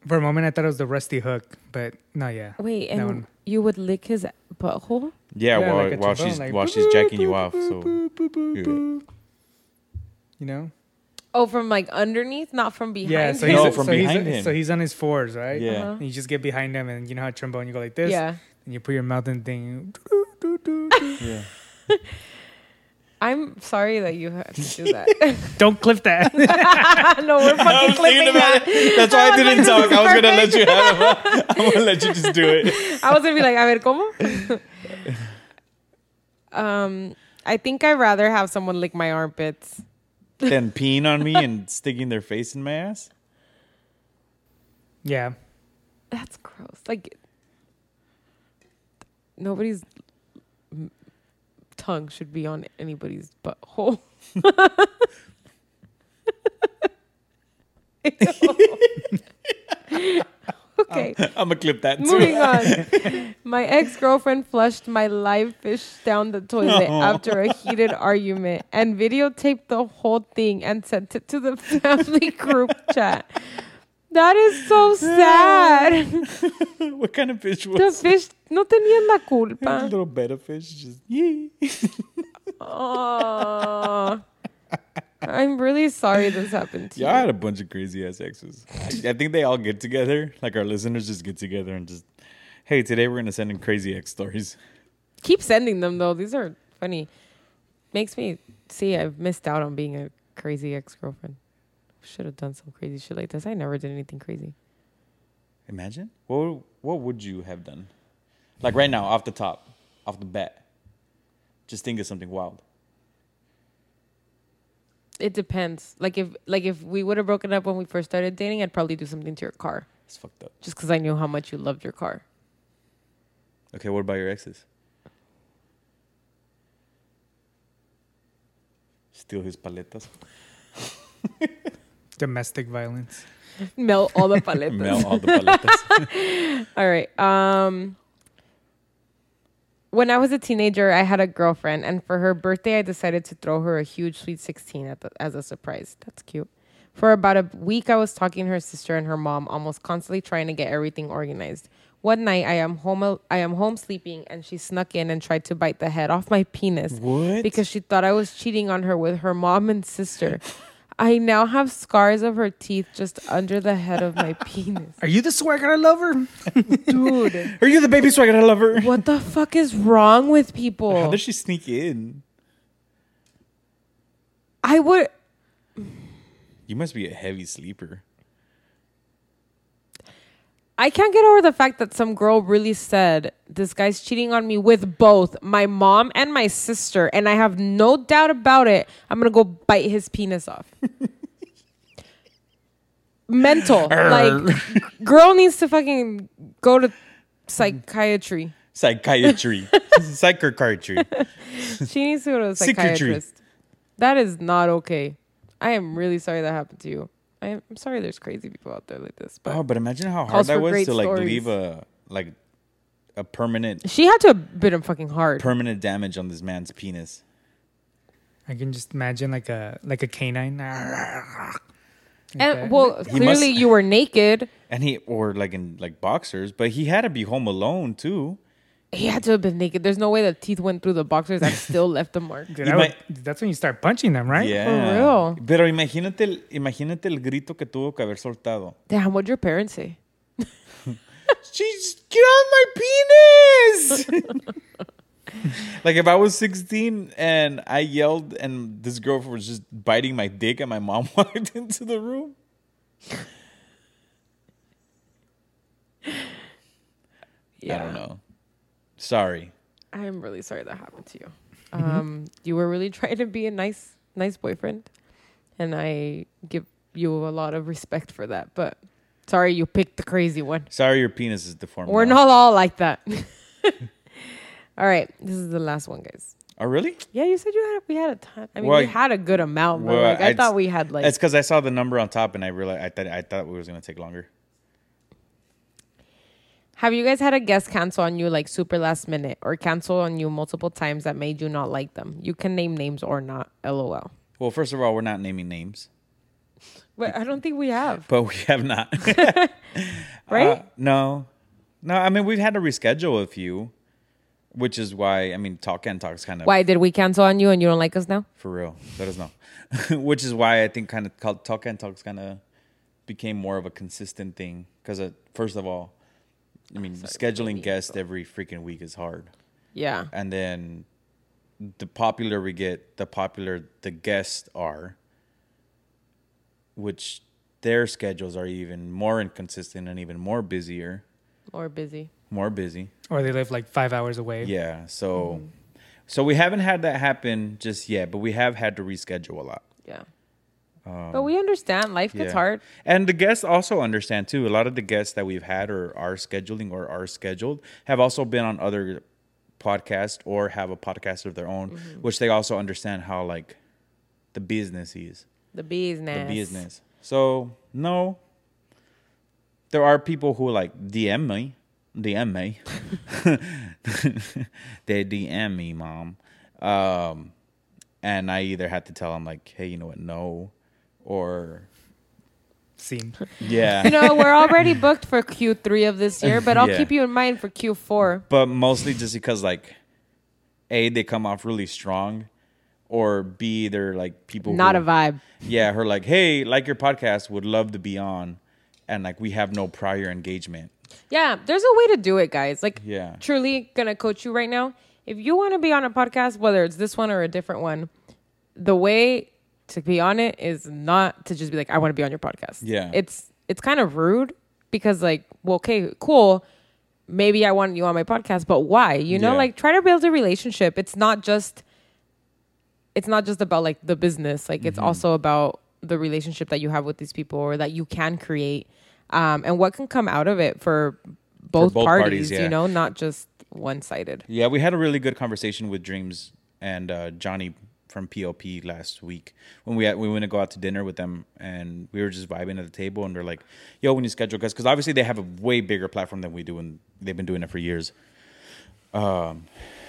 C: For a moment, I thought it was the rusty hook, but no, yeah.
D: wait
C: That one.
D: and you would lick his butthole
B: yeah,
C: Yeah,
B: while,
C: like a
B: while
C: trombone,
B: she's
C: like,
B: while she's jacking you off. So Yeah.
C: You know?
D: oh from like underneath not from behind
C: Yeah. So
D: him?
C: he's,
B: No, from
C: so he's-
B: behind him.
C: so he's on his fours, right?
B: yeah.
D: Uh-huh.
C: And you just get behind him, and you know how trombone, you go like this.
D: yeah
C: And you put your mouth in the thing.
D: i'm sorry that you had to do
C: *laughs*
D: that
C: *laughs*
D: *laughs*
C: Don't clip that. *laughs*
D: no we're
B: I
D: fucking
B: was thinking
D: clipping
B: about
D: Oh that
B: it. *laughs* That's why I didn't talk. I was gonna let you have it. *laughs* I'm gonna let you just do it.
D: I was gonna be like, a ver, ¿cómo? *laughs* um, I think I'd rather have someone lick my armpits.
B: Then peeing on me and sticking their face in my ass. *laughs*
C: yeah.
D: That's gross. Like, nobody's m- tongue should be on anybody's butthole. *laughs* *laughs* Ew. okay.
B: I'm gonna clip that too. *laughs*
D: *laughs* Moving on. My ex girlfriend flushed my live fish down the toilet after a heated argument and videotaped the whole thing and sent it to the *laughs* family group chat. That is so sad. *laughs*
B: what kind of fish
D: the
B: was?
D: fish no tenían la
B: A
D: culpa.
B: *laughs* little bed of fish. Just yee.
D: Aw. I'm really sorry this happened to
B: Yeah, I had a bunch of crazy ass exes. I, I think they all get together. Like our listeners just get together and just, hey, today we're gonna send in crazy ex stories.
D: you. Keep sending them though. These are funny. Makes me see I've missed out on being a crazy ex girlfriend. Should have done some crazy shit like this. I never did anything crazy.
B: Imagine what would- what would you have done? Like right now, off the top, off the bat, just think of something wild.
D: It depends. Like if like if we would have broken up when we first started dating, I'd probably do something to your car
B: It's fucked up.
D: just because I knew how much you loved your car.
B: Okay, what about your exes? Steal his *laughs* paletas.
C: Domestic violence.
D: Melt all the paletas.
B: Melt all the paletas.
D: All right. Um when I was a teenager, I had a girlfriend, and for her birthday, I decided to throw her a huge sweet 16 at the, as a surprise. That's cute. For about a week, I was talking to her sister and her mom, almost constantly trying to get everything organized. One night, I am home. al- I am home sleeping, and she snuck in and tried to bite the head off my penis
B: What?
D: because she thought I was cheating on her with her mom and sister. I now have scars of her teeth just under the head of my penis,
C: *laughs* Are you the swagger lover?
D: dude.
B: Are you the baby swagger lover?
D: What the fuck is wrong with
B: How
C: Oh.
D: people?
B: does she sneak in?
D: I would.
B: You must be a heavy sleeper.
D: I can't get over the fact that some girl really said this guy's cheating on me with both my mom and my sister, and I have no doubt about it. I'm gonna go bite his penis off. *laughs* Mental, like, girl needs to fucking go to psychiatry. *laughs*
B: Psychiatry. Psychiatry.
D: She needs to go to a
B: Secretary.
D: psychiatrist. That is not okay. I am really sorry that happened to you. I am, I'm sorry there's crazy people out there like this, but
B: Oh, but imagine how hard
D: Calls
B: that
D: for
B: was
D: great
B: to like
D: stories.
B: leave a like a permanent
D: She had to have been fucking hard.
B: permanent damage on this man's penis.
C: I can just imagine like a like a canine.
D: And well,
B: He
D: clearly
B: must-
D: you were naked.
B: and he or like in like boxers, but he had to be home alone too.
D: He had to have been naked. There's no way the teeth went through the boxers and *laughs* still left a mark.
C: Dude,
B: You
C: I would- that's when you start punching them, right?
B: Yeah.
D: real.
B: Pero imagínate, el- imagínate el grito que tuvo que haber soltado.
D: Damn, what'd your parents say?
B: She's get off my penis. *laughs* like if I was 16 and I yelled and this girl was just biting my dick and my mom *laughs* walked into the room. I don't know. Sorry.
D: I'm really sorry that happened to you. Um, you were really *laughs* trying to be a nice, nice boyfriend, and I give you a lot of respect for that. But sorry, you picked the crazy one.
B: Sorry your penis is deformed.
D: We're
B: now.
D: not all like that. *laughs* all right, this is the last one, guys.
B: Oh really?
D: Yeah, you said you had we had a ton. I mean,
B: Well,
D: we had a good amount, but
B: Well,
D: like, I,
B: I'd-
D: thought we had like
B: It's cuz I saw the number on top and I realized I thought I thought it was going to take longer.
D: Have you guys had a guest cancel on you like super last minute or cancel on you multiple times that made you not like them? You can name names or not. LOL.
B: Well, first of all, we're not naming names,
D: But I don't think we have,
B: but we have not. *laughs*
D: right?
B: Uh, no, no. I mean, we've had to reschedule a few, which is why I mean, talk and talk's kind of
D: Why did we cancel on you and you don't like us now?
B: for real. Let us know. *laughs* which is why I think kind of called talk and talk's kind of became more of a consistent thing because first of all, I mean, scheduling guests every freaking week is hard,
D: Yeah.
B: and then the popular we get, the popular the guests are, which their schedules are even more inconsistent and even more busier,
D: Or busy.
B: more busy.
C: Or they live like five hours away.
B: Yeah. So, so we haven't had that happen just yet, but we have had to reschedule a lot.
D: Yeah. but we understand life gets
B: um, Yeah.
D: hard.
B: And the guests also understand too. A lot of the guests that we've had or are scheduling or are scheduled have also been on other podcasts or have a podcast of their own, which they also understand how like the business is.
D: The business.
B: The business. So no. There are people who like DM me. DM me. *laughs* they DM me, mom. Um, and I either have to tell them like, hey, you know what, no. Or *laughs*
C: Scene.
B: yeah.
D: *laughs* You
B: *laughs*
D: know, we're already booked for Q3 of this year, but I'll
B: Yeah.
D: keep you in mind for Q4.
B: but mostly just because like A, they come off really strong. Or B, they're like people who-
D: Not a vibe.
B: yeah, her like, hey, like your podcast, would love to be on, and like we have no prior engagement.
D: Yeah, there's a way to do it, guys. Like,
B: Yeah.
D: truly gonna coach you right now. If you want to be on a podcast, whether it's this one or a different one, the way to be on it is not to just be like, I want to be on your podcast.
B: Yeah.
D: it's it's kind of rude because like, well, okay, cool. Maybe I want you on my podcast, but why? You know,
B: Yeah.
D: like try to build a relationship. It's not just it's not just about like the business like
B: Mm-hmm.
D: it's also about the relationship that you have with these people or that you can create um, and what can come out of it for both,
B: both
D: parties,
B: parties, yeah.
D: you know not just one-sided
B: Yeah, we had a really good conversation with Dreams and uh, Johnny from PLP last week when we had, we went to go out to dinner with them and we were just vibing at the table and they're like, "Yo, when you schedule guests, because obviously they have a way bigger platform than we do and they've been doing it for years." Um,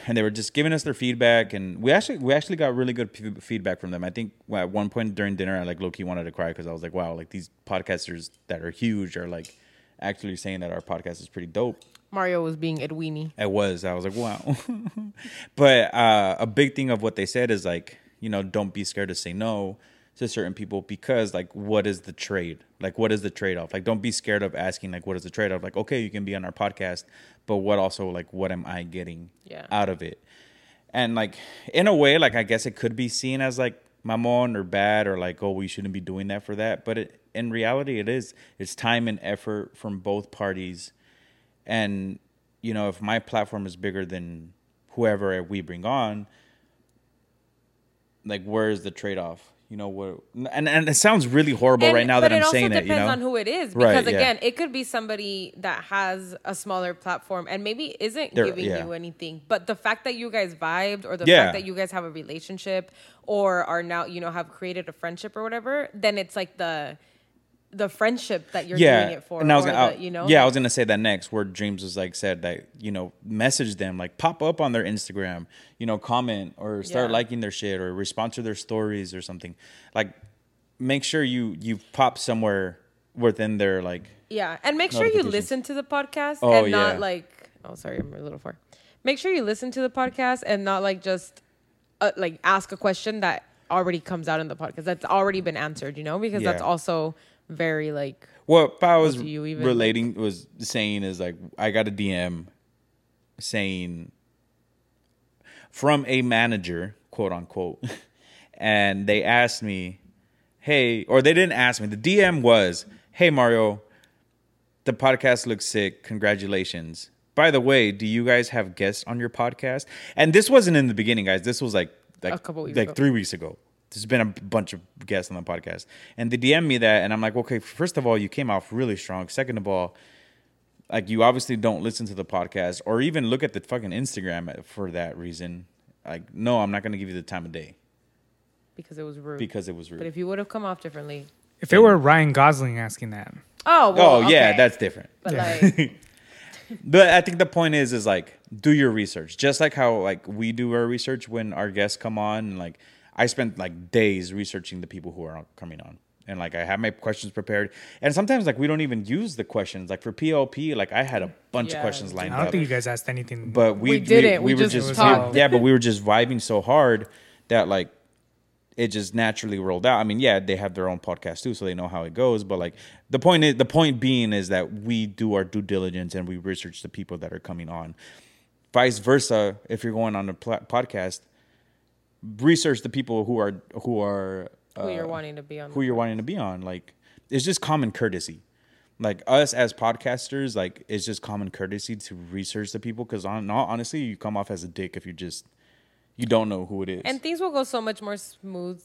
B: and they were just giving us their feedback and we actually we actually got really good p- feedback from them. I think well, at one point during dinner I like low key wanted to cry because I was like, "Wow, like these podcasters that are huge are like actually saying that our podcast is pretty dope."
D: mario was being edwini
B: It was. I was like, wow. *laughs* but uh, a big thing of what they said is like, you know, don't be scared to say no to certain people because, like, what is the trade? Like, what is the trade off? Like, don't be scared of asking, like, what is the trade off? Like, okay, you can be on our podcast, but what also, like, what am I getting
D: Yeah.
B: out of it? And, like, in a way, like, I guess it could be seen as, like, mamon or bad or, like, oh, we shouldn't be doing that for that. But it, in reality, it is. It's time and effort from both parties and you know if my platform is bigger than whoever we bring on like where is the trade-off you know what and and it sounds really horrible right now that i'm saying
D: it also
B: it you
D: depends
B: know
D: on who it is
B: Right,
D: because
B: yeah.
D: again it could be somebody that has a smaller platform and maybe isn't
B: There-
D: giving
B: yeah.
D: you anything but the fact that you guys vibed or the
B: Yeah.
D: fact that you guys have a relationship or are now you know have created a friendship or whatever then it's like the the friendship that you're
B: yeah
D: doing it for
B: and i was
D: or
B: gonna
D: the, you know
B: yeah i
D: like-
B: was gonna say that next where dreams was like said that you know message them like pop up on their instagram you know comment or start
D: Yeah.
B: liking their shit or respond to their stories or something like make sure you you pop somewhere within their like
D: Yeah, and make sure you
B: Notifications.
D: listen to the podcast
B: Oh,
D: and not
B: yeah.
D: like. Oh, sorry, I'm a little far. Make sure you listen to the podcast and not like just uh, like ask a question that already comes out in the podcast that's already been answered. You know, because that's
B: Yeah.
D: also very like
B: what I was
D: do you even-
B: relating was saying is like I got a DM saying from a manager, quote unquote, *laughs* and they asked me, "Hey," or they didn't ask me. The DM was, "Hey Mario, the podcast looks sick. Congratulations." By the way, do you guys have guests on your podcast? And this wasn't in the beginning, guys. This was like like
D: A couple weeks
B: like
D: ago.
B: three weeks ago. There's been a bunch of guests on the podcast, and they DM me that, and I'm like, okay, first of all, you came off really strong. Second of all, like you obviously don't listen to the podcast or even look at the fucking Instagram for that reason. Like, no, I'm not gonna give you the time of day
D: because it was rude.
B: because it was rude.
D: but if you would have come off differently,
C: If it were Ryan Gosling asking that,
B: oh
D: oh well,
B: yeah,
D: okay.
B: that's different. *laughs*
D: But like,
B: But I think the point is, is like do your research, just like how like we do our research when our guests come on. And, like I spent like days researching the people who are coming on, and like I have my questions prepared. And sometimes like we don't even use the questions. Like for PLP, like I had a bunch of
D: Yeah.
B: questions
C: I
B: lined
C: don't
B: up,
C: think you guys asked anything.
B: but we,
D: We did it. We
B: were
D: just
B: we-
C: talked.
B: yeah, but we were just vibing so hard that like it just naturally rolled out. I mean, yeah, they have their own podcast too, so they know how it goes. But like the point is, the point being is that we do our due diligence and we research the people that are coming on. Vice versa, if you're going on a pla podcast, research the people who are who are
D: who you're
B: uh,
D: wanting to be on?
B: who you're wanting to be on. Like it's just common courtesy. Like us as podcasters, like it's just common courtesy to research the people because on not honestly, you come off as a dick if you just you don't know who it is.
D: and things will go so much more smooth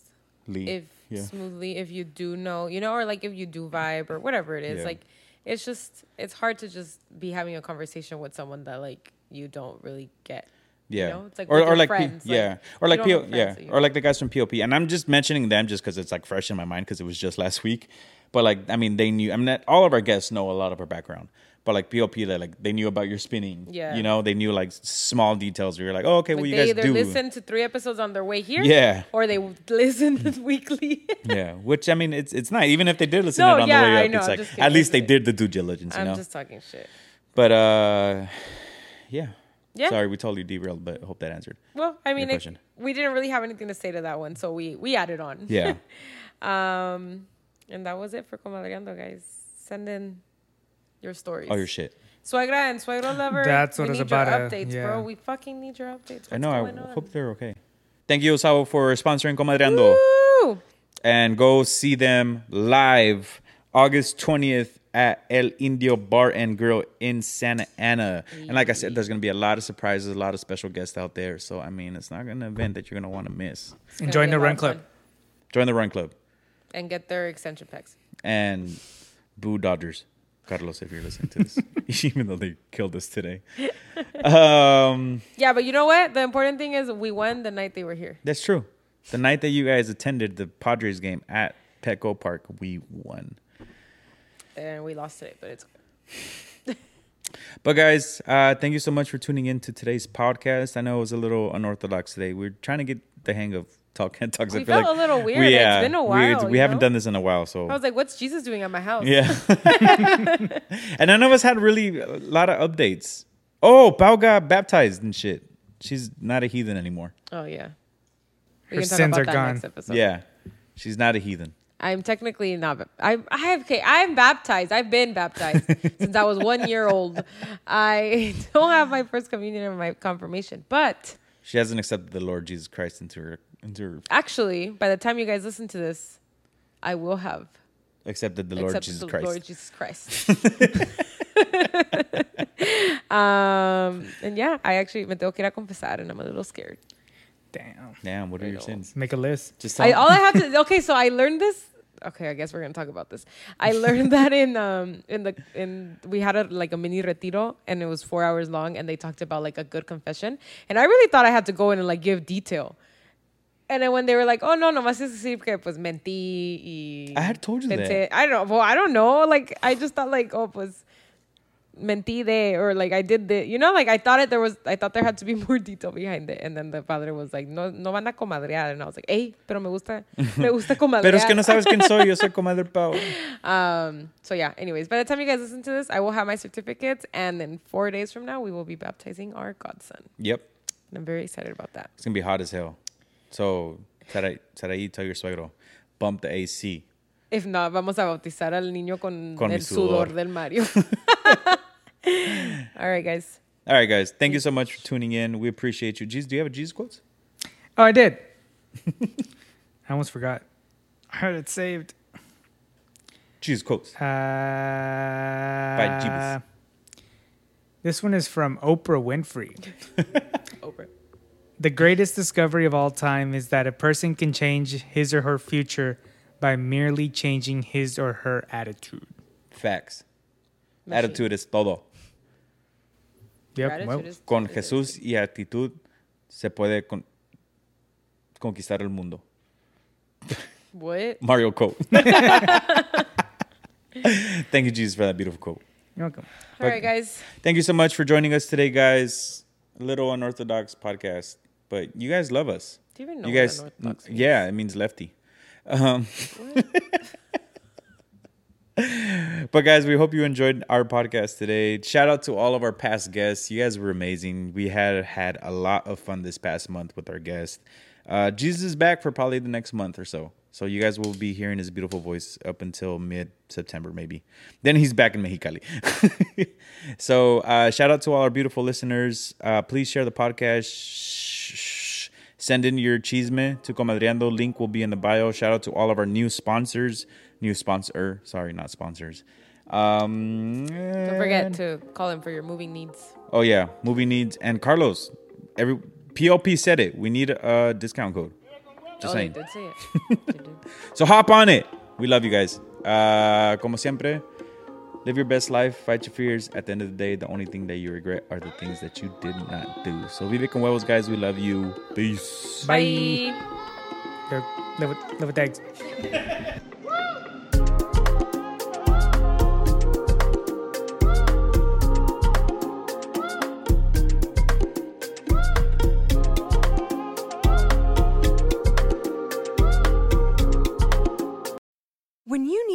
B: Lee.
D: if
B: yeah.
D: smoothly if you do know you know or like if you do vibe or whatever it is
B: Yeah.
D: like it's just it's hard to just be having a conversation with someone that like you don't really get
B: yeah,
D: you know it's like
B: or
D: with
B: or
D: your
B: like P-
D: friends,
B: yeah, or
D: you
B: like
D: don't
B: P-
D: have friends
B: yeah,
D: that you-
B: or like the guys from POP. And I'm just mentioning them just because it's like fresh in my mind because it was just last *laughs* week. But like, I mean, they knew. I mean, that- all of our guests know a lot of our background. But like POP, they like they knew about your spinning.
D: Yeah.
B: you know, they knew like s- small details. We were like, oh, okay,
D: like
B: well, you
D: they
B: guys
D: either
B: do.
D: listen to three episodes on their way here
B: Yeah.
D: or they w- *laughs*
B: *laughs*
D: listen weekly
B: Yeah, which I mean, it's it's not even if they did listen
D: No,
B: to it on
D: yeah,
B: the way
D: I
B: up,
D: know,
B: it's
D: I'm
B: like
D: just kidding,
B: at least
D: I'm
B: they
D: just-
B: did the due diligence, you
D: i'm
B: know.
D: just talking shit
B: But uh, yeah.
D: Yeah.
B: Sorry, we totally derailed, but hope that answered.
D: well i mean it,
B: question.
D: we didn't really have anything to say to that one so we we added on *laughs*
B: Yeah.
D: um and that was it for comadreando guys send in your stories
B: oh, your shit.
D: Suegra and suegro lover.
C: That's what
D: we
C: it's
D: need your
C: about, uh,
D: updates,
C: yeah.
D: bro. We fucking need your updates. What's
B: I know.
D: Going
B: I
D: on?
B: hope they're okay. Thank you, Osavo, for sponsoring Comadreando.
D: Woo!
B: and go see them live August 20th at El Indio Bar and Grill in Santa Ana. And like I said, there's going to be a lot of surprises, a lot of special guests out there. So, I mean, it's not an event that you're going to want to miss.
D: It's gonna
C: Enjoying
D: be a
C: the
D: lot
C: run
D: of
C: club.
D: fun.
B: Join the Run Club.
D: and get their extension packs.
B: and boo Dodgers. Carlos, if you're listening to this, *laughs* even though they killed us today. Um,
D: Yeah, but you know what? The important thing is we won the night they were here.
B: that's true. The night that you guys attended the Padres game at Petco Park, we won.
D: And we lost today, but it's
B: But guys, uh, thank you so much for tuning in to today's podcast. I know it was a little unorthox today. We're trying to get the hang of talk *laughs* and talks.
D: We felt a little weird. It's been a
B: we-
D: while,
B: We,
D: you
B: haven't
D: know? Oh,
B: done this in a while, so
D: I was like, what's Jesus doing at my house?
B: Yeah. *laughs* and none of us had really a lot of updates. Oh, Bao got baptized and shit. She's not a heathen anymore.
D: Oh yeah. We
C: Her
D: can talk
C: sins
D: about
C: are
D: that
C: gone.
D: next episode.
B: Yeah. She's not a heathen.
D: I'm technically not. I I have okay. I'm baptized. I've
B: *laughs*
D: been baptized since I was one year old. I *laughs* don't have my first communion or my confirmation, but
B: She hasn't accepted the Lord Jesus Christ into her into her
D: actually, by the time you guys listen to this, I will have
B: accepted the Lord
D: accepted
B: Jesus
D: the
B: Christ.
D: Lord Jesus
B: *laughs*
D: Christ. *laughs* um, and yeah, I actually me tengo que ir a confesar, and I'm a little scared.
C: Damn.
B: Damn, what are your
D: Right
B: sins?
C: Make a list.
B: Just
D: I,
B: tell-
D: all I have to okay, so I learned this. Okay, I guess we're gonna talk about this.
B: *laughs*
D: I learned that in um in the in we had a like a mini retiro and it was four hours long and they talked about like a good confession and I really thought I had to go in and like give detail. And then when they were like, "Oh no, no más es decir que pues mentí y
B: I had told you
D: pensé-
B: that.
D: I don't know. Well, I don't know. Like I just thought like, oh pues mentí de or like I did the you know like I thought it there was I thought there had to be *laughs* more detail behind it and then the father was like no no van a comadrear and I was like hey pero me gusta me gusta
F: *laughs*
D: comadrear
F: Pero es que no sabes quién soy. Yo
D: *laughs*
F: soy comadre Pau.
D: um so yeah anyways by the time you guys listen to this I will have my certificates and then four days from now we will be baptizing our godson
B: Yep.
D: and I'm very excited about that
B: It's gonna be hot as hell. So Sarai, Sarai tell your suegro, bump the AC.
D: if not vamos a bautizar al niño con,
B: Con mi
D: el sudor.
B: sudor.
F: *laughs*
D: del Mario *laughs* all right guys
B: All right, guys. Thank you so much for tuning in. We appreciate you. Jesus, do you have a Jesus quotes?
C: Oh, I
B: *laughs*
C: did. I almost forgot. I heard it saved.
B: Jesus quotes.
C: Uh, By
B: Jeebus.
C: Uh, This one is from Oprah Winfrey. The greatest discovery of all time is that a person can change his or her future by merely changing his or her attitude.
B: Facts.
D: Machine.
B: Attitude is todo.
C: Yep.
D: Gratitude
C: Well,
D: is-
B: Con
D: is-
B: Jesús y actitud se puede con- conquistar el mundo.
D: what
B: Mario quote. Thank you, Jesus, for that beautiful quote.
C: you're welcome.
D: all right guys
B: Thank you so much for joining us today, guys. Little unorthodox podcast, but you guys love us.
D: Do you even know
B: you
D: what
B: guys,
D: unorthodox means?
B: yeah, it means lefty. Um, but guys, we hope you enjoyed our podcast today. Shout out to all of our past guests. You guys were amazing. We had had a lot of fun this past month with our guests. Uh, Jesus is back for probably the next month or so. So you guys will be hearing his beautiful voice up until mid September, maybe. Then he's back in Mexicali. *laughs* so uh, shout out to all our beautiful listeners. Uh, please share the podcast. Shh. Send in your chisme to Comadreando. Link will be in the bio. Shout out to all of our new sponsors. New sponsor. Sorry, not sponsors. Um,
D: don't forget to call him for your moving needs
B: Oh, yeah. Movie needs. And Carlos, every PLP said it. We need a discount code. Just
D: oh, they
B: saying.
D: did say
B: *laughs*
D: it They did.
B: So hop on it. We love you guys. Uh, como siempre, live your best life, fight your fears. At the end of the day, the only thing that you regret are the things that you did not do. So vive con huevos, guys. We love you. Peace.
D: Bye.
C: Here, Live with, live with eggs.
G: When you